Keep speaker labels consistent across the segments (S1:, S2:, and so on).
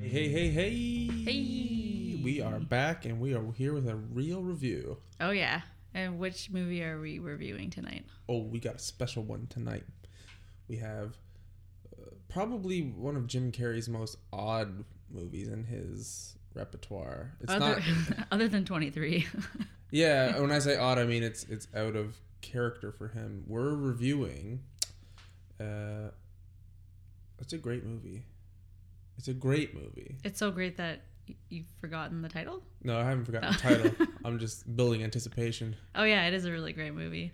S1: Hey, hey, hey.
S2: Hey.
S1: We are back and we are here with a real review.
S2: Oh yeah. And which movie are we reviewing tonight?
S1: Oh, we got a special one tonight. We have uh, probably one of Jim Carrey's most odd movies in his repertoire. It's
S2: other
S1: not
S2: other than 23.
S1: Yeah, when I say odd, I mean it's it's out of character for him. We're reviewing uh It's a great movie. It's a great movie.
S2: it's so great that y- you've forgotten the title.
S1: No, I haven't forgotten the
S2: Oh.
S1: title. I'm just building anticipation.
S2: Oh yeah, it is a really great movie.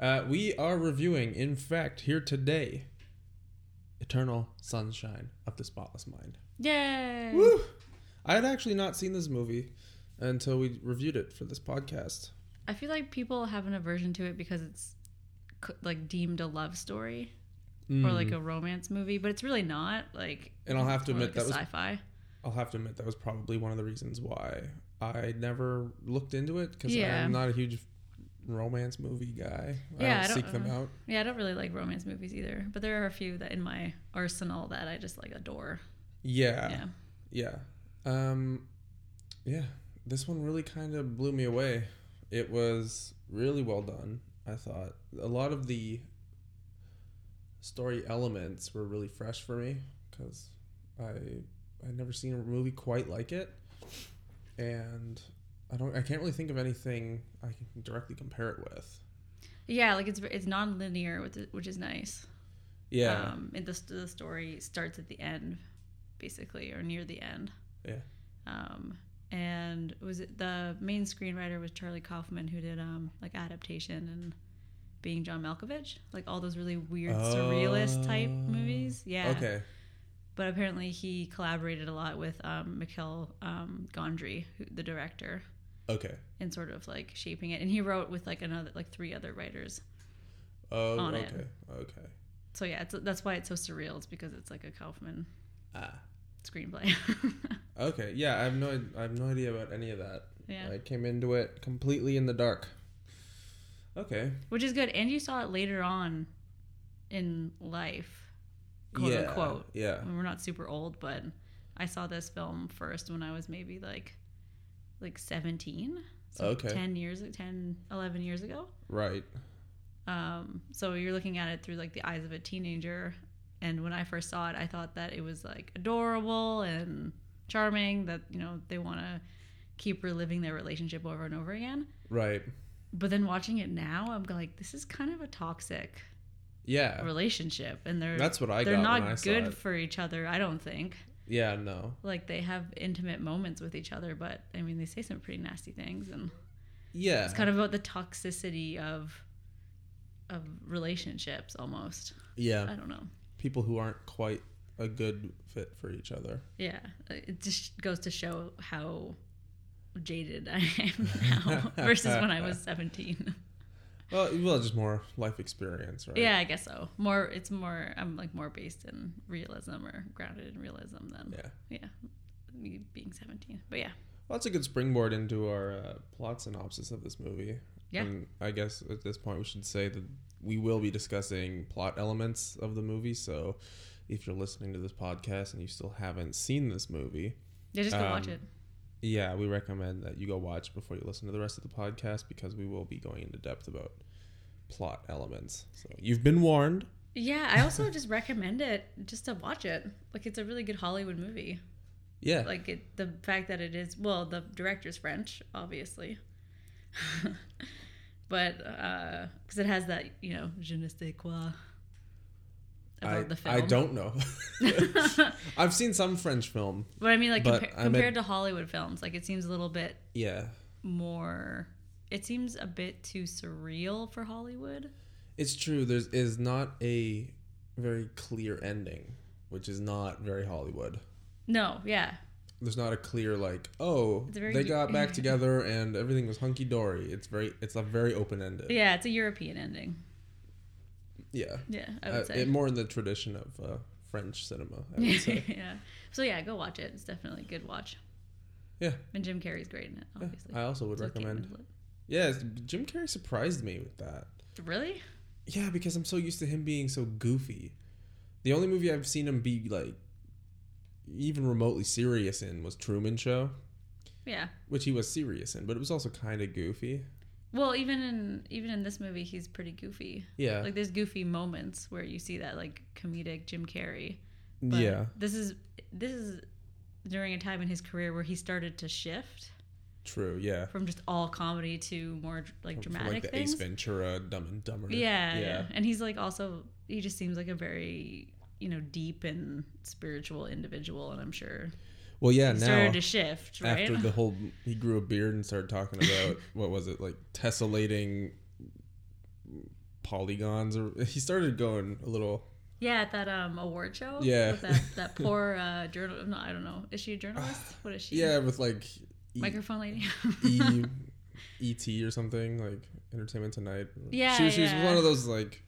S1: Uh, we are reviewing, in fact, here today, Eternal Sunshine of the Spotless Mind.
S2: Yay.
S1: Woo! I had actually not seen this movie until we reviewed it for this podcast.
S2: I feel like people have an aversion to it because it's c- like deemed a love story or
S1: Mm.
S2: like a romance movie, but it's really not. Like
S1: And I'll have to
S2: more
S1: admit
S2: like a
S1: that was-
S2: sci-fi.
S1: I'll have to admit that was probably one of the reasons why I never looked into it because
S2: Yeah.
S1: I'm not a huge romance movie guy. I
S2: Yeah, I
S1: don't
S2: don't-
S1: seek them out.
S2: Yeah, I don't really like romance movies either, but there are a few that in my arsenal that I just like adore.
S1: Yeah.
S2: yeah.
S1: Yeah. Um yeah, this one really kind of blew me away. It was really well done, I thought. A lot of the story elements were really fresh for me cuz I I'd never seen a movie quite like it. And I don't I can't really think of anything I can directly compare it with.
S2: Yeah, like it's it's non-linear, which is- which is nice.
S1: Yeah.
S2: Um, and the, st- the story starts at the end, basically, or near the end.
S1: Yeah.
S2: Um, and was it the main screenwriter was Charlie Kaufman who did um like adaptation and being John Malkovich, like all those really weird surrealist type
S1: Oh.
S2: movies. Yeah.
S1: Okay.
S2: But apparently he collaborated a lot with um, Mikhail um, Gondry, who, the director,
S1: Okay.
S2: in sort of like shaping it. And he wrote with like another like three other writers.
S1: Oh,
S2: On
S1: okay.
S2: it.
S1: Okay.
S2: So yeah, it's, that's why it's so surreal. It's because it's like a Kaufman
S1: Ah.
S2: screenplay.
S1: Okay. Yeah, I have no I have no idea about any of that.
S2: yeah,
S1: I came into it completely in the dark. Okay.
S2: which is good. And you saw it later on in life, quote
S1: yeah.
S2: unquote.
S1: Yeah.
S2: I mean, we're not super old, but I saw this film first when I was maybe like like 17. So
S1: Okay.
S2: 10 years, 10, 11 years ago.
S1: Right.
S2: Um, so you're looking at it through like the eyes of a teenager. And when I first saw it, I thought that it was like adorable and charming that, you know, they want to keep reliving their relationship over and over again.
S1: Right.
S2: But then watching it now, I'm like, this is kind of a toxic
S1: Yeah.
S2: relationship, and they're
S1: That's what I
S2: they're
S1: got
S2: not
S1: when I
S2: good
S1: saw it.
S2: for each other. I don't think
S1: Yeah, no.
S2: like they have intimate moments with each other, but I mean, they say some pretty nasty things, and
S1: Yeah.
S2: it's kind of about the toxicity of of relationships almost. I
S1: yeah.
S2: don't know.
S1: People who aren't quite a good fit for each other.
S2: Yeah, it just goes to show how jaded I am now versus when I was 17.
S1: Well, well, just more life experience, right?
S2: Yeah, I guess so. More, it's more. I'm like more based in realism or grounded in realism than
S1: Yeah.
S2: yeah, me being 17. But yeah,
S1: Well, that's a good springboard into our uh, plot synopsis of this movie.
S2: Yeah.
S1: And I guess at this point we should say that we will be discussing plot elements of the movie. So if you're listening to this podcast and you still haven't seen this movie,
S2: yeah, just go watch
S1: Um,
S2: it.
S1: yeah, we recommend that you go watch before you listen to the rest of the podcast because we will be going into depth about plot elements. So you've been warned.
S2: Yeah, I also just recommend it just to watch it. Like it's a really good Hollywood movie.
S1: Yeah.
S2: Like it, the fact that it is well, the director's French, obviously, but because it has that you know je ne sais quoi about
S1: I,
S2: the film.
S1: I don't know. I've seen some French film.
S2: But I mean, like
S1: But
S2: compa-
S1: I'm a-
S2: compared to Hollywood films, like it seems a little bit
S1: Yeah.
S2: more it seems a bit too surreal for hollywood
S1: It's true. There is is not a very clear ending, which is not very Hollywood.
S2: no yeah
S1: There's not a clear like, oh,
S2: It's very-
S1: they got back together and everything was hunky dory. It's very, it's a very open ended.
S2: yeah it's a european ending
S1: Yeah.
S2: yeah i
S1: Uh,
S2: would say
S1: it, more in the tradition of uh, French cinema. I would say.
S2: yeah so yeah go watch it it's definitely a good watch
S1: Yeah.
S2: and jim carrey's great in it
S1: Yeah,
S2: obviously
S1: I also would
S2: So Kate
S1: recommend.
S2: Winslet.
S1: Yes, Jim Carrey surprised me with that.
S2: really
S1: Yeah, because I'm so used to him being so goofy. The only movie I've seen him be like even remotely serious in was Truman Show,
S2: Yeah.
S1: which he was serious in, but it was also kind of goofy.
S2: Well, even in even in this movie, he's pretty goofy.
S1: Yeah.
S2: Like there's goofy moments where you see that like comedic Jim Carrey. But
S1: yeah.
S2: This is this is during a time in his career where he started to shift
S1: True. Yeah.
S2: from just all comedy to more like
S1: From,
S2: dramatic
S1: like the
S2: things.
S1: Ace Ventura, Dumb and Dumber.
S2: yeah, yeah. And he's like also he just seems like a very you know deep and spiritual individual, and I'm sure
S1: Well, yeah.
S2: he
S1: now
S2: started to shift, right?
S1: after the whole, he grew a beard and started talking about what was it like tessellating polygons, or he started going a little.
S2: yeah, at that um award show.
S1: Yeah.
S2: With that that poor uh, journal. No, I don't know. Is she a journalist? What is she?
S1: Yeah, with like E-
S2: Microphone lady.
S1: E, ET or something like Entertainment Tonight.
S2: Yeah,
S1: she, she
S2: yeah.
S1: was one of those like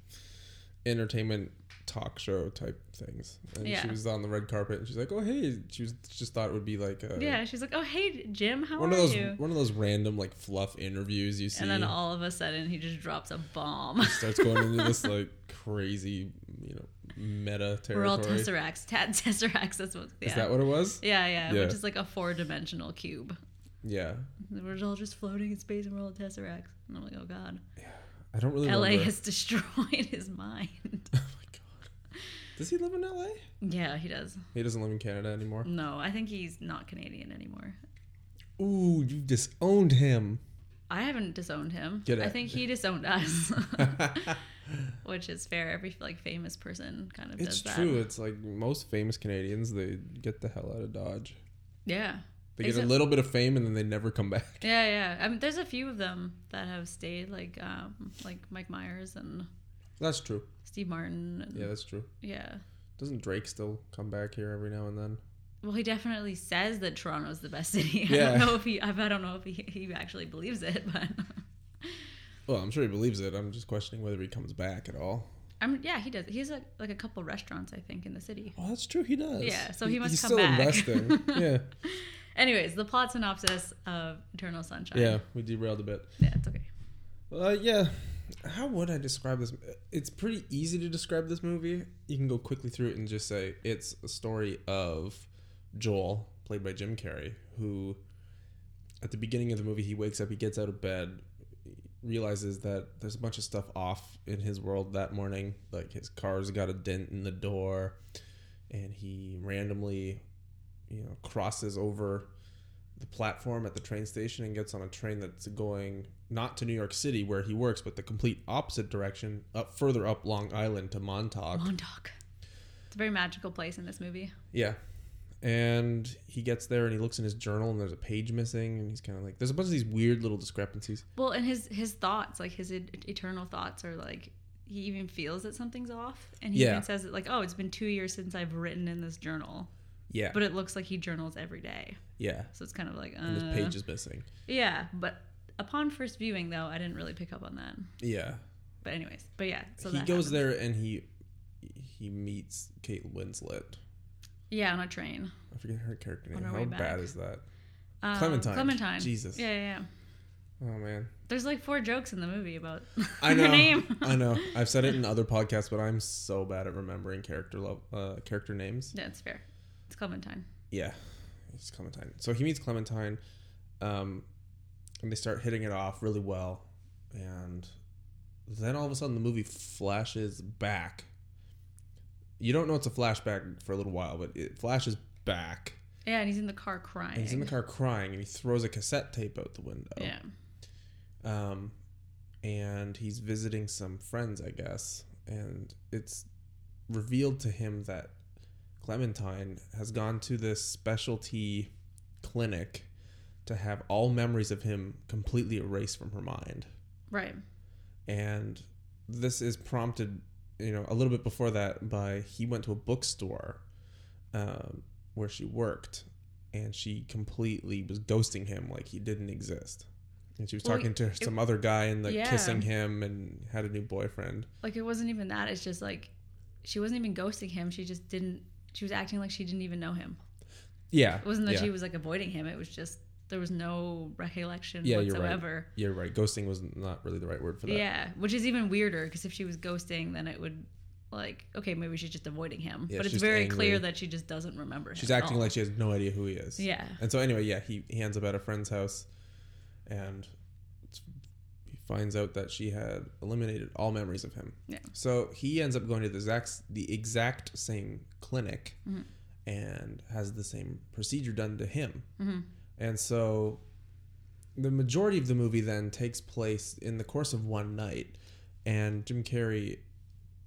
S1: entertainment talk show type things. And
S2: Yeah.
S1: she was on the red carpet, and she's like, "Oh hey," she was just thought it would be like a,
S2: yeah, she's like, oh hey Jim, how
S1: one
S2: are
S1: of those
S2: you?
S1: one of those random like fluff interviews you see.
S2: And then all of a sudden, he just drops a bomb.
S1: starts going into this like crazy, you know, meta
S2: We're
S1: territory.
S2: all tesseracts. Ta- tesseracts. That's what. Yeah.
S1: Is that what it was?
S2: yeah, yeah,
S1: Yeah.
S2: Which is like a four-dimensional cube.
S1: Yeah,
S2: We're all just floating in space, and we're all tesseracts. And I'm like, oh god.
S1: I don't really.
S2: LA
S1: remember.
S2: has destroyed his mind.
S1: oh my god, does he live in LA?
S2: yeah, he does.
S1: He doesn't live in Canada anymore.
S2: No, I think he's not Canadian anymore. Mm.
S1: Ooh, you disowned him.
S2: I haven't disowned him.
S1: Get
S2: I
S1: out.
S2: think he disowned us, which is fair. Every like famous person kind of
S1: it's
S2: does that.
S1: true. It's like most famous Canadians, they get the hell out of Dodge.
S2: Yeah,
S1: They get a
S2: Except-
S1: little bit of fame and then they never come back.
S2: yeah, yeah. I mean, there's a few of them that have stayed, like um, like Mike Myers and
S1: That's true.
S2: Steve Martin. And,
S1: Yeah, that's true.
S2: yeah.
S1: Doesn't Drake still come back here every now and then?
S2: Well, he definitely says that Toronto's the best city. I
S1: Yeah.
S2: don't know if he. I don't know if he, he actually believes it, but
S1: Well, I'm sure he believes it. I'm just questioning whether he comes back at all.
S2: I'm. Yeah, he does. He has like, like a couple restaurants, I think, in the city.
S1: Oh, that's true. He does.
S2: Yeah, so he must come back.
S1: investing. yeah,
S2: Anyways, the plot synopsis of Eternal Sunshine.
S1: yeah. We derailed a bit.
S2: yeah, it's okay.
S1: Uh, yeah. How would I describe this? It's pretty easy to describe this movie. You can go quickly through it and just say it's a story of Joel, played by Jim Carrey, who at the beginning of the movie he wakes up, he gets out of bed, realizes that there's a bunch of stuff off in his world that morning. Like his car's got a dent in the door, and he randomly, you know, crosses over the platform at the train station and gets on a train that's going not to New York City where he works, but the complete opposite direction, up further up Long Island to Montauk.
S2: Montauk. It's a very magical place in this movie.
S1: Yeah. And he gets there and he looks in his journal and there's a page missing and he's kind of like, there's a bunch of these weird little discrepancies.
S2: Well, and his his thoughts, like his e- eternal thoughts, are like he even feels that something's off, and he
S1: Yeah.
S2: even says it like, "Oh, it's been two years since I've written in this journal,"
S1: Yeah.
S2: but it looks like he journals every day,
S1: yeah.
S2: so it's kind of like,
S1: And his
S2: uh,
S1: page is missing.
S2: yeah. But upon first viewing, though, I didn't really pick up on that.
S1: Yeah.
S2: But anyways, but yeah, so
S1: he
S2: that
S1: goes
S2: happens.
S1: there and he he meets Kate Winslet.
S2: yeah, on a train.
S1: I forget her character
S2: On
S1: name.
S2: our
S1: How
S2: way back.
S1: bad is that?
S2: Um,
S1: Clementine.
S2: Clementine.
S1: Jesus.
S2: Yeah, yeah, yeah.
S1: Oh man.
S2: There's like four jokes in the movie about
S1: I know.
S2: her name.
S1: I know. I've said it in other podcasts, but I'm so bad at remembering character lo- uh, character names.
S2: yeah, it's fair. It's Clementine.
S1: Yeah, it's Clementine. So he meets Clementine, um, and they start hitting it off really well. And then all of a sudden, the movie flashes back. You don't know it's a flashback for a little while, but it flashes back.
S2: Yeah, and he's in the car crying.
S1: And he's in the car Oh. crying, and he throws a cassette tape out the window.
S2: Yeah.
S1: um, and he's visiting some friends, I guess, and it's revealed to him that Clementine has gone to this specialty clinic to have all memories of him completely erased from her mind
S2: Right.
S1: and this is prompted you know a little bit before that by he went to a bookstore um, where she worked and she completely was ghosting him like he didn't exist and she was
S2: Well,
S1: talking to some other guy and like
S2: yeah.
S1: kissing him and had a new boyfriend
S2: Like it wasn't even that. It's just like she wasn't even ghosting him. She just didn't. She was acting like she didn't even know him.
S1: yeah
S2: It wasn't that
S1: yeah.
S2: she was like avoiding him. It was just there was no recollection
S1: Yeah, you're right.
S2: whatsoever.
S1: You're right. Ghosting was not really the right word for that.
S2: Yeah, which is even weirder because if she was ghosting, then it would like okay, maybe she's just avoiding him.
S1: Yeah,
S2: but it's
S1: she's
S2: very
S1: angry.
S2: clear that she just doesn't remember him.
S1: She's
S2: at
S1: acting
S2: all.
S1: like she has no idea who he is.
S2: yeah,
S1: And so anyway, yeah, he, he ends up at a friend's house, and it's- he finds out that she had eliminated all memories of him.
S2: Yeah.
S1: So he ends up going to the exact the exact same clinic,
S2: Mhm.
S1: and has the same procedure done to him.
S2: Mhm.
S1: And so, the majority of the movie then takes place in the course of one night, and Jim Carrey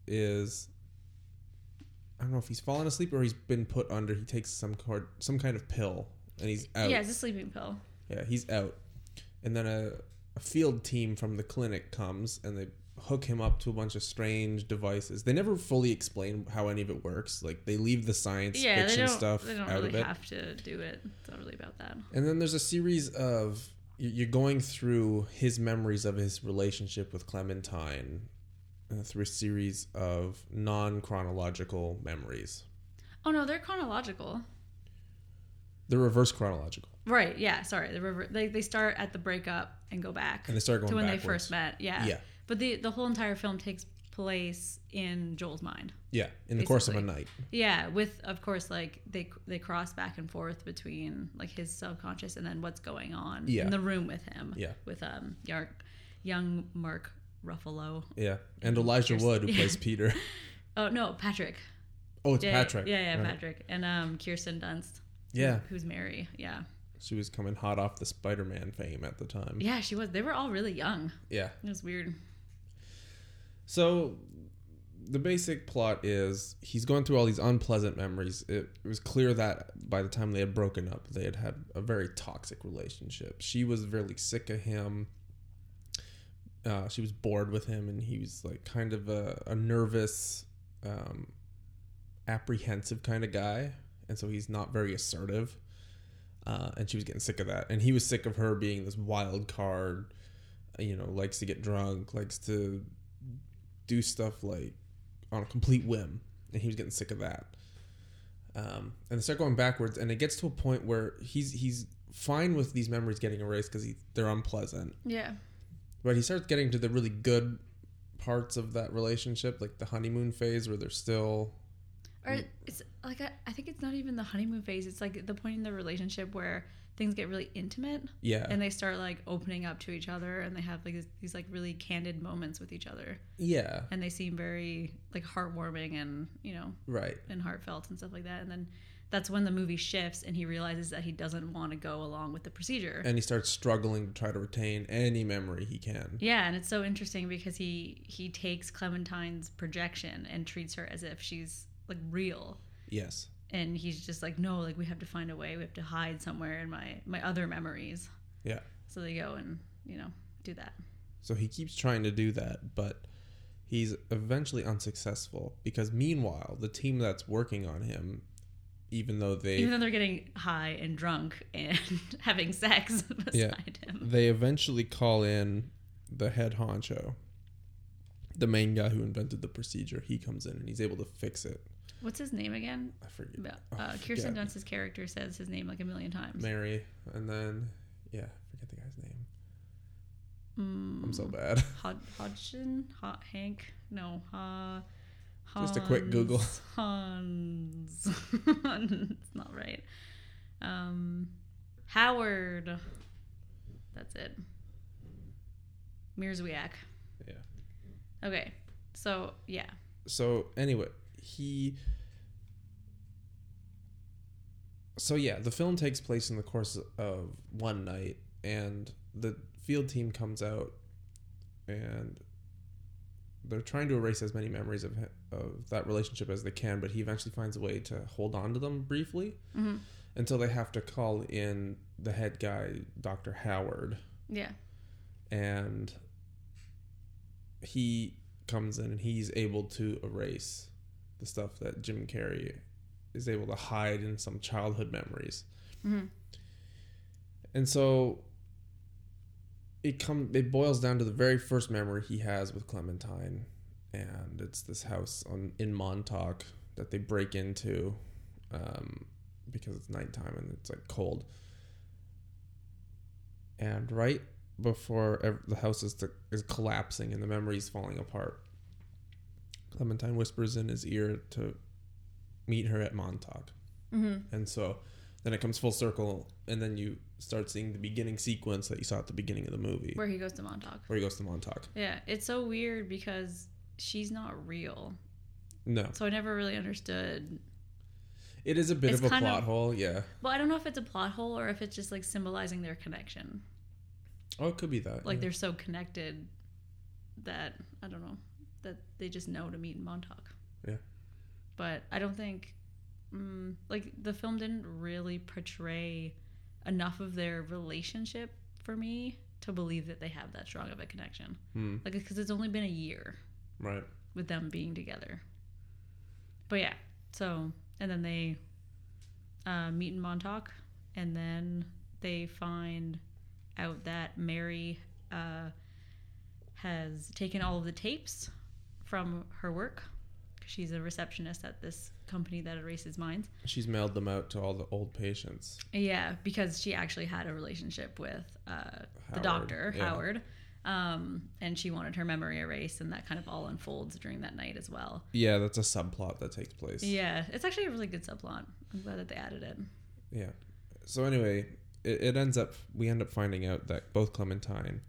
S1: is I don't know if he's fallen asleep or he's been put under. He takes some cord, some kind of pill, and he's out.
S2: yeah, it's a sleeping pill.
S1: Yeah, he's out. And then a, a field team from the clinic comes and they hook him up to a bunch of strange devices. They never fully explain how any of it works. Like they leave the science
S2: Yeah, they
S1: fiction
S2: don't.
S1: stuff
S2: they don't
S1: out of
S2: really
S1: it.
S2: have to do it. It's not really about that.
S1: And then there's a series of you- you're going through his memories of his relationship with Clementine uh, through a series of non chronological memories.
S2: Oh no, they're chronological.
S1: They're reverse chronological.
S2: Right. Yeah. Sorry. The river. They they start at the breakup and go back
S1: And they start going
S2: to when
S1: backwards.
S2: they first met. Yeah.
S1: Yeah.
S2: But the the whole entire film takes place in Joel's mind.
S1: Yeah, in the course of a
S2: Basically.
S1: night.
S2: Yeah, with of course like they they cross back and forth between like his subconscious and then what's going on
S1: Yeah.
S2: in the room with him.
S1: Yeah.
S2: With um Yark, young Mark Ruffalo.
S1: Yeah. And Elijah
S2: Kirsten-
S1: Wood, who
S2: Mm-hmm. yeah.
S1: plays Peter.
S2: Oh no, Patrick.
S1: Oh, it's
S2: Yeah,
S1: Patrick.
S2: Yeah, yeah,
S1: Right.
S2: Patrick. And um Kirsten Dunst.
S1: Yeah,
S2: Who's Mary. Yeah.
S1: she was coming hot off the Spider-Man fame at the time.
S2: Yeah, she was. They were all really young.
S1: Yeah.
S2: It was weird.
S1: So the basic plot is he's going through all these unpleasant memories. It, it was clear that by the time they had broken up, they had had a very toxic relationship. She was really sick of him. Uh, she was bored with him, and he was like kind of a, a nervous, um, apprehensive kind of guy, and so he's not very assertive. Uh, and she was getting sick of that, and he was sick of her being this wild card. You know, likes to get drunk, likes to do stuff like on a complete whim, and he was getting sick of that. Um, and they start going backwards, and it gets to a point where he's he's fine with these memories getting erased because they're unpleasant,
S2: Yeah.
S1: but he starts getting to the really good parts of that relationship, like the honeymoon phase, where they're still
S2: Or
S1: Mm.
S2: it's like I, I think it's not even the honeymoon phase. It's like the point in the relationship where things get really intimate
S1: yeah
S2: and they start like opening up to each other and they have like these, these like really candid moments with each other
S1: yeah
S2: and they seem very like heartwarming and you know
S1: right
S2: and heartfelt and stuff like that. And then that's when the movie shifts and he realizes that he doesn't want to go along with the procedure.
S1: and he starts struggling to try to retain any memory he can.
S2: yeah, and it's so interesting because he he takes Clementine's projection and treats her as if she's like real
S1: Yes.
S2: and he's just like no like we have to find a way we have to hide somewhere in my my other memories
S1: Yeah.
S2: so they go and you know do that
S1: So he keeps trying to do that, but he's eventually unsuccessful because meanwhile, the team that's working on him, even though they
S2: even though they're getting high and drunk and having sex beside him
S1: they eventually call in the head honcho, the main guy who invented the procedure, he comes in and he's able to fix it.
S2: what's his name again
S1: I forget Oh,
S2: uh,
S1: I
S2: kirsten
S1: forget.
S2: dunst's character says his name like a million times
S1: Mary, and then yeah, I forget the guy's name.
S2: mm,
S1: I'm so bad.
S2: Hod- hodgson Hot hank no uh
S1: Just a quick Google.
S2: Hans. it's not right. Um, Howard. That's it. Mirzwiak.
S1: Yeah.
S2: Okay. So yeah.
S1: so anyway, he. So yeah, the film takes place in the course of one night, and the field team comes out, and they're trying to erase as many memories of hi- of that relationship as they can. But he eventually finds a way to hold on to them briefly
S2: Mhm.
S1: until they have to call in the head guy, Doctor Howard,
S2: Yeah.
S1: and he comes in and he's able to erase the stuff that Jim Carrey is able to hide in some childhood memories.
S2: Mhm.
S1: And so it come it boils down to the very first memory he has with Clementine and it's this house on in Montauk that they break into um, because it's nighttime and it's like cold. and right before ev- the house is, is collapsing and the memories falling apart, Clementine whispers in his ear to meet her at Montauk.
S2: Mm-hmm.
S1: And so then it comes full circle, and then you start seeing the beginning sequence that you saw at the beginning of the movie
S2: Where he goes to Montauk.
S1: where he goes to Montauk.
S2: Yeah, it's so weird because she's not real.
S1: No,
S2: So I never really understood.
S1: it is a bit
S2: It's
S1: of a
S2: kind of-
S1: plot hole. Yeah.
S2: Well, I don't know if it's a plot hole or if it's just like symbolizing their connection.
S1: Oh, it could be that.
S2: Like
S1: yeah.
S2: they're so connected that I don't know that they just know to meet in Montauk.
S1: Yeah.
S2: But I don't think mm, like the film didn't really portray enough of their relationship for me to believe that they have that strong of a connection.
S1: Hmm,
S2: Like because it's only been a year.
S1: right.
S2: with them being together. But yeah, so and then they uh, meet in Montauk, and then they find out that Mary uh, has taken all of the tapes from her work. 'cause She's a receptionist at this company that erases minds.
S1: She's mailed them out to all the old patients.
S2: Yeah, because she actually had a relationship with uh, the
S1: Howard,
S2: doctor
S1: yeah.
S2: Howard, um, and she wanted her memory erased, and that kind of all unfolds during that night as well.
S1: Yeah, that's a subplot that takes place.
S2: Yeah, it's actually a really good subplot. I'm glad that they added it.
S1: Yeah. So anyway, it, it ends up we end up finding out that both Clementine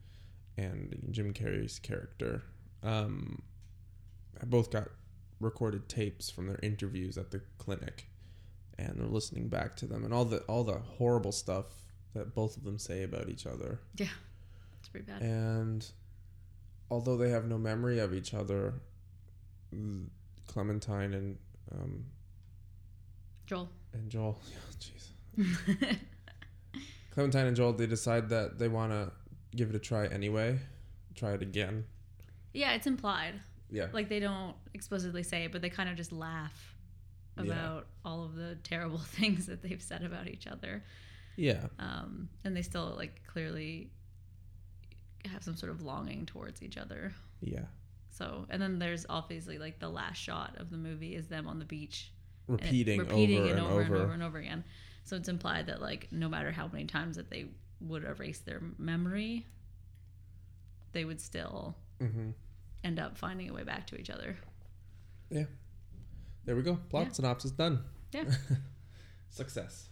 S1: and Jim Carrey's character um, both got recorded tapes from their interviews at the clinic, and they're listening back to them and all the all the horrible stuff that both of them say about each other.
S2: It's pretty bad.
S1: And although they have no memory of each other, Clementine and um,
S2: Joel.
S1: and Joel, oh, jeez. Clementine and Joel, they decide that they want to give it a try anyway. Try it again.
S2: yeah, it's implied.
S1: Yeah.
S2: Like they don't explicitly say it, but they kind of just laugh
S1: Yeah.
S2: about all of the terrible things that they've said about each other.
S1: Yeah.
S2: Um, and they still like clearly have some sort of longing towards each other.
S1: Yeah.
S2: So, and then there's obviously like the last shot of the movie is them on the beach and it-
S1: Repeating, over, and over.
S2: and over and over again. So it's implied that like no matter how many times that they would erase their memory, they would still
S1: hmm
S2: end up finding a way back to each other.
S1: There we go. Plot
S2: Yeah.
S1: synopsis done.
S2: Yeah.
S1: Success.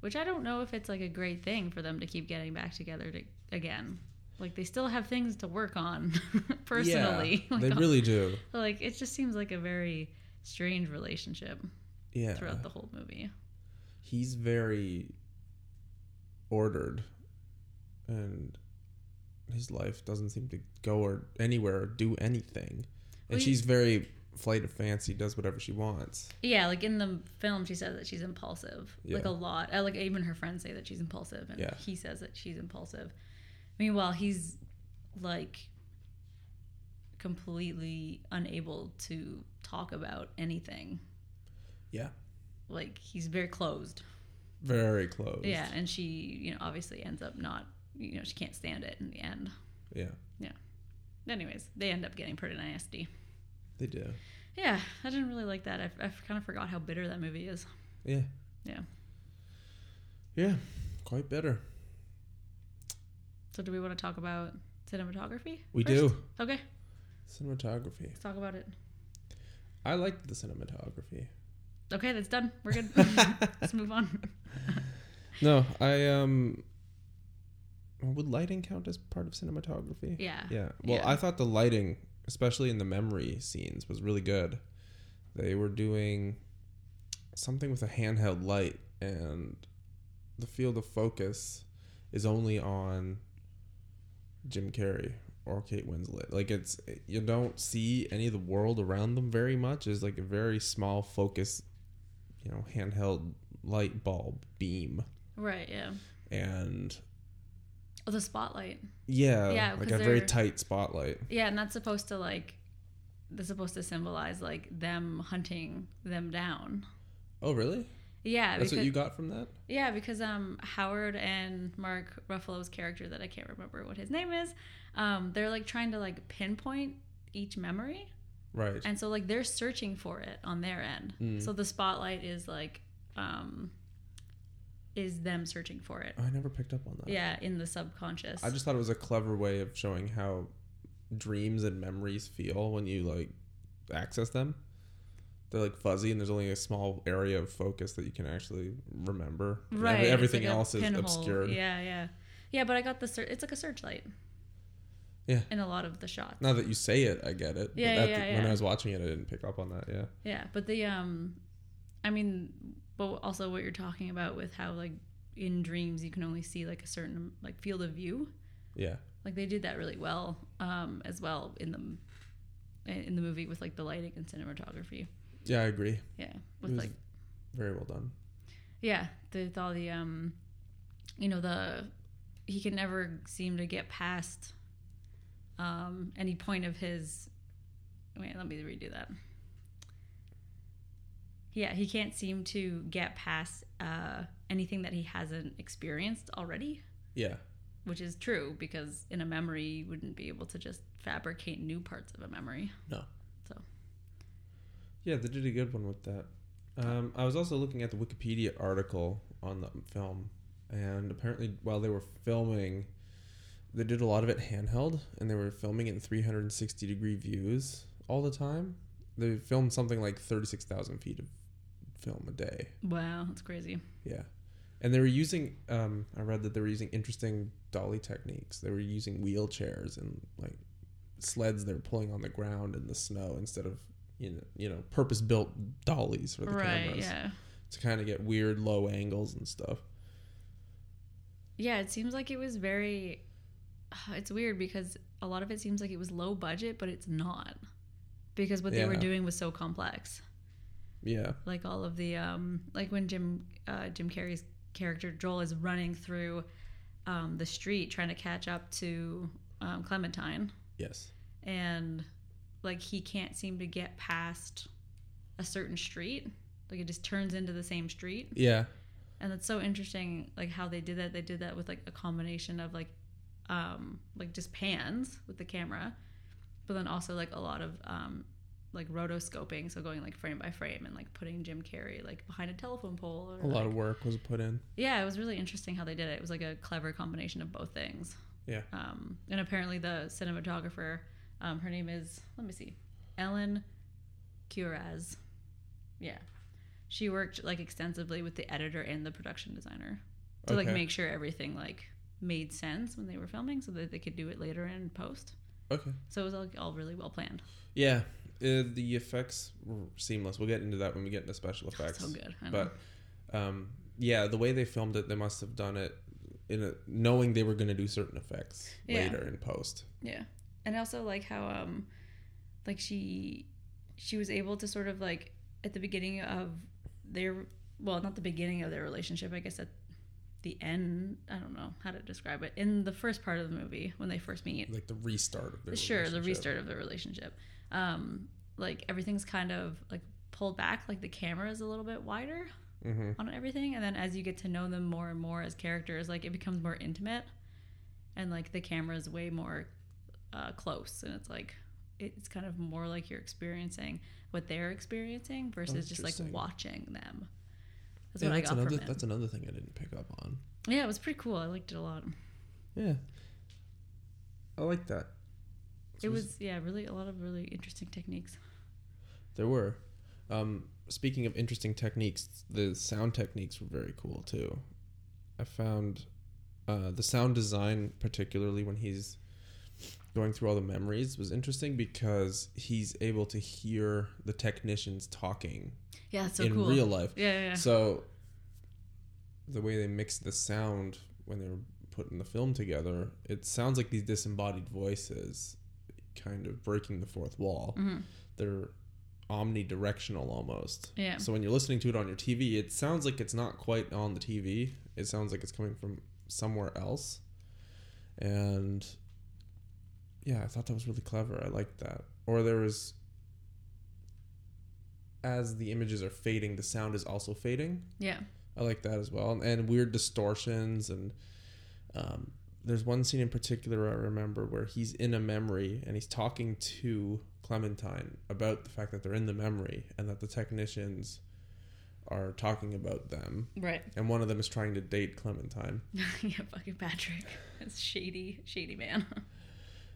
S2: Which I don't know if it's like a great thing for them to keep getting back together to, again. Like they still have things to work on personally.
S1: Yeah,
S2: like,
S1: they really do.
S2: like it just seems like a very strange relationship
S1: Yeah.
S2: throughout the whole movie.
S1: He's very ordered, and his life doesn't seem to go or anywhere or do anything. And
S2: Well, you-
S1: she's very flight of fancy, does whatever she wants.
S2: Yeah, like in the film, she says that she's impulsive, like
S1: Yeah.
S2: a lot. Uh, Like even her friends say that she's impulsive, and
S1: Yeah.
S2: he says that she's impulsive. Meanwhile, he's like completely unable to talk about anything.
S1: Yeah.
S2: Like he's very closed.
S1: Very close.
S2: Yeah, and she, you know, obviously ends up not, you know, she can't stand it in the end.
S1: Yeah.
S2: Anyways, they end up getting pretty nasty.
S1: They do.
S2: Yeah, I didn't really like that. I, I kind of forgot how bitter that movie is.
S1: Yeah.
S2: Yeah.
S1: Yeah. Quite bitter.
S2: So, do we want to talk about cinematography?
S1: We
S2: first?
S1: do.
S2: Okay,
S1: Cinematography.
S2: let's talk about it.
S1: I liked the cinematography.
S2: Okay, that's done. We're good. let's move on.
S1: No, I um would lighting count as part of cinematography?
S2: Yeah.
S1: Yeah. Well,
S2: Yeah.
S1: I thought the lighting, especially in the memory scenes, was really good. They were doing something with a handheld light, and the field of focus is only on Jim Carrey or Kate Winslet. Like it's you don't see any of the world around them very much. It's like a very small focus, you know, handheld light bulb beam,
S2: Right, yeah.
S1: and
S2: Oh, the spotlight.
S1: yeah,
S2: Yeah,
S1: like
S2: 'cause
S1: a very
S2: they're-
S1: tight spotlight.
S2: Yeah, and that's supposed to like that's supposed to symbolize like them hunting them down.
S1: Oh, really?
S2: Yeah,
S1: That's
S2: because,
S1: what you got from that?
S2: yeah, because um Howard and Mark Ruffalo's character that I can't remember what his name is, um they're like trying to like pinpoint each memory.
S1: Right.
S2: And so like they're searching for it on their end.
S1: Mm.
S2: So the spotlight is like um is them searching for it.
S1: Oh, I never picked up on that.
S2: Yeah, in the subconscious.
S1: I just thought it was a clever way of showing how dreams and memories feel when you like access them. They're like fuzzy, and there's only a small area of focus that you can actually remember. And
S2: right.
S1: every-
S2: it's
S1: everything
S2: like a
S1: else is
S2: pinhole.
S1: obscured.
S2: Yeah, yeah, yeah. But I got the search. It's like a searchlight.
S1: Yeah.
S2: In a lot of the shots.
S1: Now that you say it, I get it. But
S2: Yeah,
S1: at
S2: yeah,
S1: the-
S2: yeah.
S1: When I was watching it, I didn't pick up on that. Yeah.
S2: Yeah, but the um, I mean, but also what you're talking about with how like in dreams you can only see like a certain like field of view.
S1: Yeah.
S2: Like they did that really well, um, as well in the in the movie with like the lighting and cinematography.
S1: Yeah, I agree.
S2: Yeah,
S1: It
S2: with
S1: was-
S2: like
S1: Very well done.
S2: yeah, the, with all the um, you know the he can never seem to get past um any point of his. Wait, let me redo that. Yeah, he can't seem to get past uh, anything that he hasn't experienced already,
S1: Yeah.
S2: which is true because in a memory you wouldn't be able to just fabricate new parts of a memory.
S1: Yeah, they did a good one with that. Um, I was also looking at the Wikipedia article on the film, and apparently, while they were filming, they did a lot of it handheld, and they were filming in 360 degree views all the time. They filmed something like 36,000 feet of film a day.
S2: Wow, that's crazy.
S1: Yeah. And they were using, um, I read that they were using interesting dolly techniques. They were using wheelchairs and like sleds they were pulling on the ground in the snow instead of, you know, you know purpose built dollies for the
S2: right?
S1: cameras
S2: Yeah.
S1: to kind of get weird low angles and stuff.
S2: Yeah, it seems like it was very. It's weird because a lot of it seems like it was low budget, but it's not. Because what they were
S1: Yeah.
S2: doing was so complex.
S1: Yeah.
S2: Like all of the um, like when Jim uh, Jim Carrey's character Joel is running through um, the street trying to catch up to um, Clementine,
S1: Yes.
S2: and like he can't seem to get past a certain street. Like it just turns into the same street
S1: Yeah.
S2: and it's so interesting like how they did that they did that with like a combination of like um like just pans with the camera but then also like a lot of um like rotoscoping so going like frame by frame and like putting jim carrey like behind a telephone pole
S1: A
S2: or,
S1: lot
S2: like-
S1: of work was put in.
S2: yeah it was really interesting how they did it it was like a clever combination of both things
S1: Yeah.
S2: um and apparently the cinematographer um her name is let me see ellen curaz yeah she worked like extensively with the editor and the production designer to like
S1: Okay.
S2: make sure everything like made sense when they were filming so that they could do it later in post
S1: Okay.
S2: so it was like all really well planned
S1: Yeah. Uh, the effects were seamless. We'll get into that when we get into special effects.
S2: so good I know.
S1: but um, yeah, the way they filmed it, they must have done it in a, knowing they were going to do certain effects
S2: Yeah.
S1: later in post.
S2: Yeah. And also like how um like she she was able to sort of like at the beginning of their well, not the beginning of their relationship, I guess at the end, I don't know how to describe it. In the first part of the movie when they first meet
S1: Like the restart of their
S2: sure the
S1: relationship.
S2: restart of the relationship um like everything's kind of like pulled back like the camera is a little bit wider
S1: Mhm.
S2: on everything and then as you get to know them more and more as characters like it becomes more intimate and like the camera is way more uh, close and it's like it's kind of more like you're experiencing what they're experiencing versus just like
S1: Interesting.
S2: watching them that's
S1: Yeah,
S2: what i
S1: that's
S2: got
S1: another
S2: from it
S1: that's another thing I didn't pick up on.
S2: yeah it was pretty cool i liked it a lot
S1: Yeah, I like that.
S2: it was yeah really a lot of really interesting techniques
S1: there were. Um, speaking of interesting techniques, the sound techniques were very cool too. I found uh, the sound design, particularly when he's going through all the memories, was interesting because he's able to hear the technicians talking
S2: yeah it's so
S1: in
S2: cool
S1: real life.
S2: yeah yeah, yeah.
S1: So the way they mixed the sound when they were putting the film together, it sounds like these disembodied voices kind of breaking the fourth wall.
S2: Mhm.
S1: They're omnidirectional almost.
S2: Yeah.
S1: So when you're listening to it on your TV, it sounds like it's not quite on the TV. It sounds like it's coming from somewhere else. And yeah, I thought that was really clever. I liked that. Or there was as the images are fading, the sound is also fading.
S2: Yeah.
S1: I like that as well. And, and weird distortions and um, there's one scene in particular I remember where he's in a memory and he's talking to Clementine about the fact that they're in the memory and that the technicians are talking about them,
S2: Right.
S1: and one of them is trying to date Clementine.
S2: yeah, fucking Patrick. That's shady, shady man.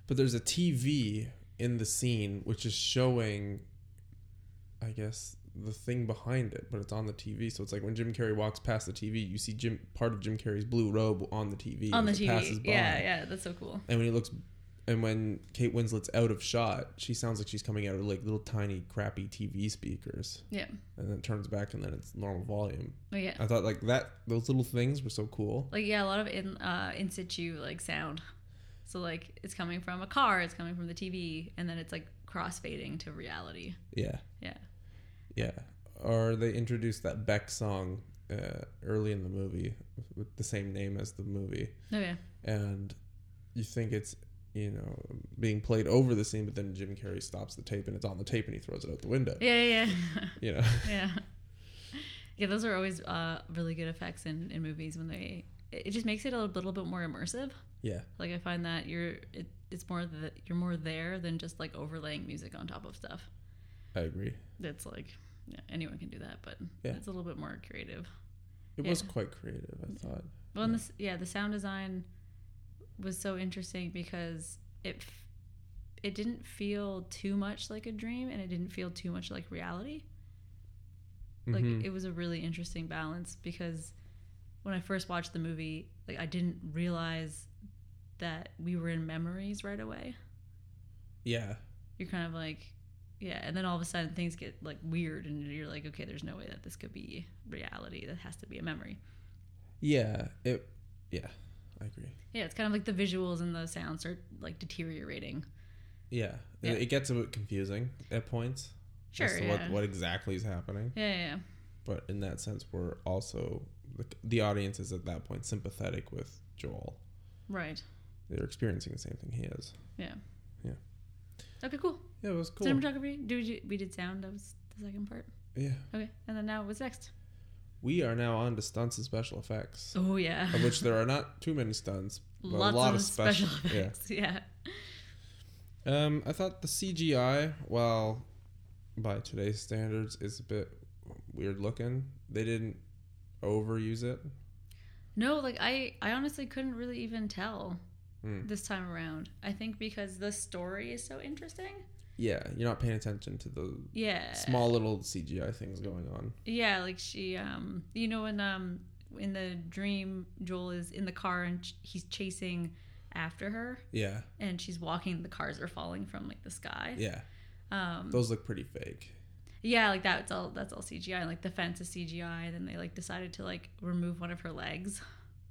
S1: But there's a TV in the scene which is showing, I guess, the thing behind it, but it's on the TV. So it's like when Jim Carrey walks past the TV, you see Jim part of Jim Carrey's blue robe on the TV
S2: On the
S1: as it
S2: TV. Yeah, yeah, that's so cool.
S1: And when he looks, and when Kate Winslet's out of shot, she sounds like she's coming out of like little tiny crappy TV speakers.
S2: Yeah.
S1: And then it turns back, and then it's normal volume.
S2: But yeah.
S1: I thought like that those little things were so cool.
S2: Like yeah, a lot of in uh in situ like sound. So like it's coming from a car, it's coming from the TV, and then it's like crossfading to reality.
S1: Yeah.
S2: Yeah.
S1: Yeah. Or they introduced that Beck song uh, early in the movie with the same name as the movie.
S2: Oh yeah.
S1: And you think it's, you know, being played over the scene, but then Jim Carrey stops the tape and it's on the tape and he throws it out the window.
S2: Yeah, yeah, yeah.
S1: You know?
S2: yeah. Yeah, those are always uh really good effects in, in movies when they it it just makes it a little bit more immersive.
S1: Yeah.
S2: Like I find that you're it, it's more that you're more there than just like overlaying music on top of stuff.
S1: I agree.
S2: That's like yeah, anyone can do that, but
S1: Yeah.
S2: it's a little bit more creative.
S1: It
S2: Yeah.
S1: was quite creative, I thought.
S2: Well, and this, yeah, the sound design was so interesting because it f- it didn't feel too much like a dream, and it didn't feel too much like reality.
S1: Mhm.
S2: Like it was a really interesting balance because when I first watched the movie, like I didn't realize that we were in memories right away.
S1: yeah.
S2: You're kind of like, yeah, and then all of a sudden things get like weird, and you're like, okay, there's no way that this could be reality. That has to be a memory.
S1: Yeah. It, yeah. I agree.
S2: Yeah, it's kind of like the visuals and the sounds are like deteriorating.
S1: Yeah.
S2: Yeah.
S1: It, it gets a bit confusing at points.
S2: Sure.
S1: As to
S2: yeah.
S1: what, what exactly is happening.
S2: yeah, yeah, yeah.
S1: but in that sense we're also the, the audience is at that point sympathetic with joel
S2: Right.
S1: they're experiencing the same thing he is
S2: Yeah.
S1: Yeah.
S2: Okay, cool.
S1: yeah it was cool
S2: Cinematography. Do we, we did sound? That was the second part.
S1: yeah
S2: Okay, and then now what's next?
S1: we are now on to stunts and special effects
S2: Oh yeah.
S1: of which there are not too many stunts but
S2: Lots
S1: a lot
S2: of,
S1: of
S2: special,
S1: special,
S2: effects.
S1: yeah
S2: Yeah.
S1: um i thought the cgi while by today's standards is a bit weird looking they didn't overuse it
S2: No, like I, I honestly couldn't really even tell
S1: Hmm.
S2: this time around. I think because the story is so interesting.
S1: yeah you're not paying attention to the
S2: Yeah.
S1: small little cgi things going on
S2: Yeah, like she, um, you know, when um, in the dream, Joel is in the car and ch- he's chasing after her,
S1: yeah
S2: and she's walking. The cars are falling from like the sky.
S1: yeah
S2: Um,
S1: those look pretty fake
S2: yeah, like that's all. That's all CGI. Like the fence is CGI. Then they like decided to like remove one of her legs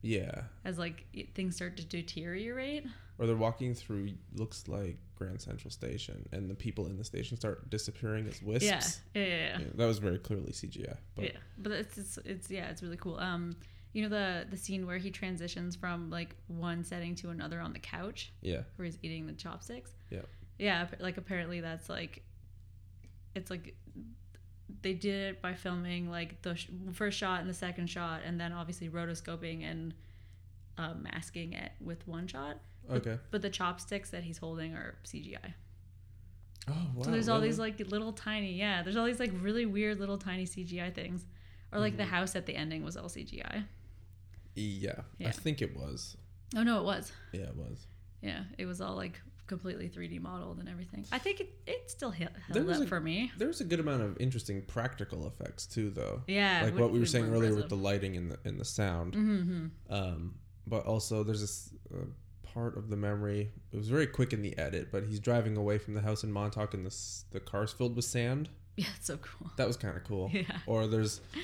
S1: Yeah.
S2: as like it- things start to deteriorate.
S1: Or they're walking through looks like Grand Central Station and the people in the station start disappearing as wisps.
S2: Yeah, yeah, yeah. yeah.
S1: Yeah, that was very clearly CGI. But
S2: yeah but it's, it's it's yeah it's really cool um you know the the scene where he transitions from like one setting to another on the couch
S1: yeah.
S2: where he's eating the chopsticks
S1: Yeah.
S2: yeah ap- like apparently that's like it's like they did it by filming like the sh- first shot and the second shot and then obviously rotoscoping and uh, masking it with one shot
S1: Okay.
S2: but the chopsticks that he's holding are cgi
S1: Oh wow.
S2: so there's all
S1: really?
S2: these like little tiny, yeah. There's all these like really weird little tiny CGI things, or like
S1: Mm-hmm.
S2: the house at the ending was all CGI.
S1: yeah,
S2: Yeah.
S1: I think it was.
S2: Oh no, it was.
S1: Yeah, it was.
S2: Yeah, it was all like completely 3D modeled and everything. I think it, it still held,
S1: There
S2: held
S1: was
S2: up
S1: a-
S2: for me.
S1: There was a good amount of interesting practical effects too though.
S2: Yeah,
S1: like what we were saying earlier with the lighting and the and the sound.
S2: Mm-hmm.
S1: Um but also there's this uh, part of the memory. It was very quick in the edit, but he's driving away from the house in Montauk and the s- the car's filled with sand.
S2: Yeah, it's so cool.
S1: That was kind of cool.
S2: Yeah.
S1: Or there's a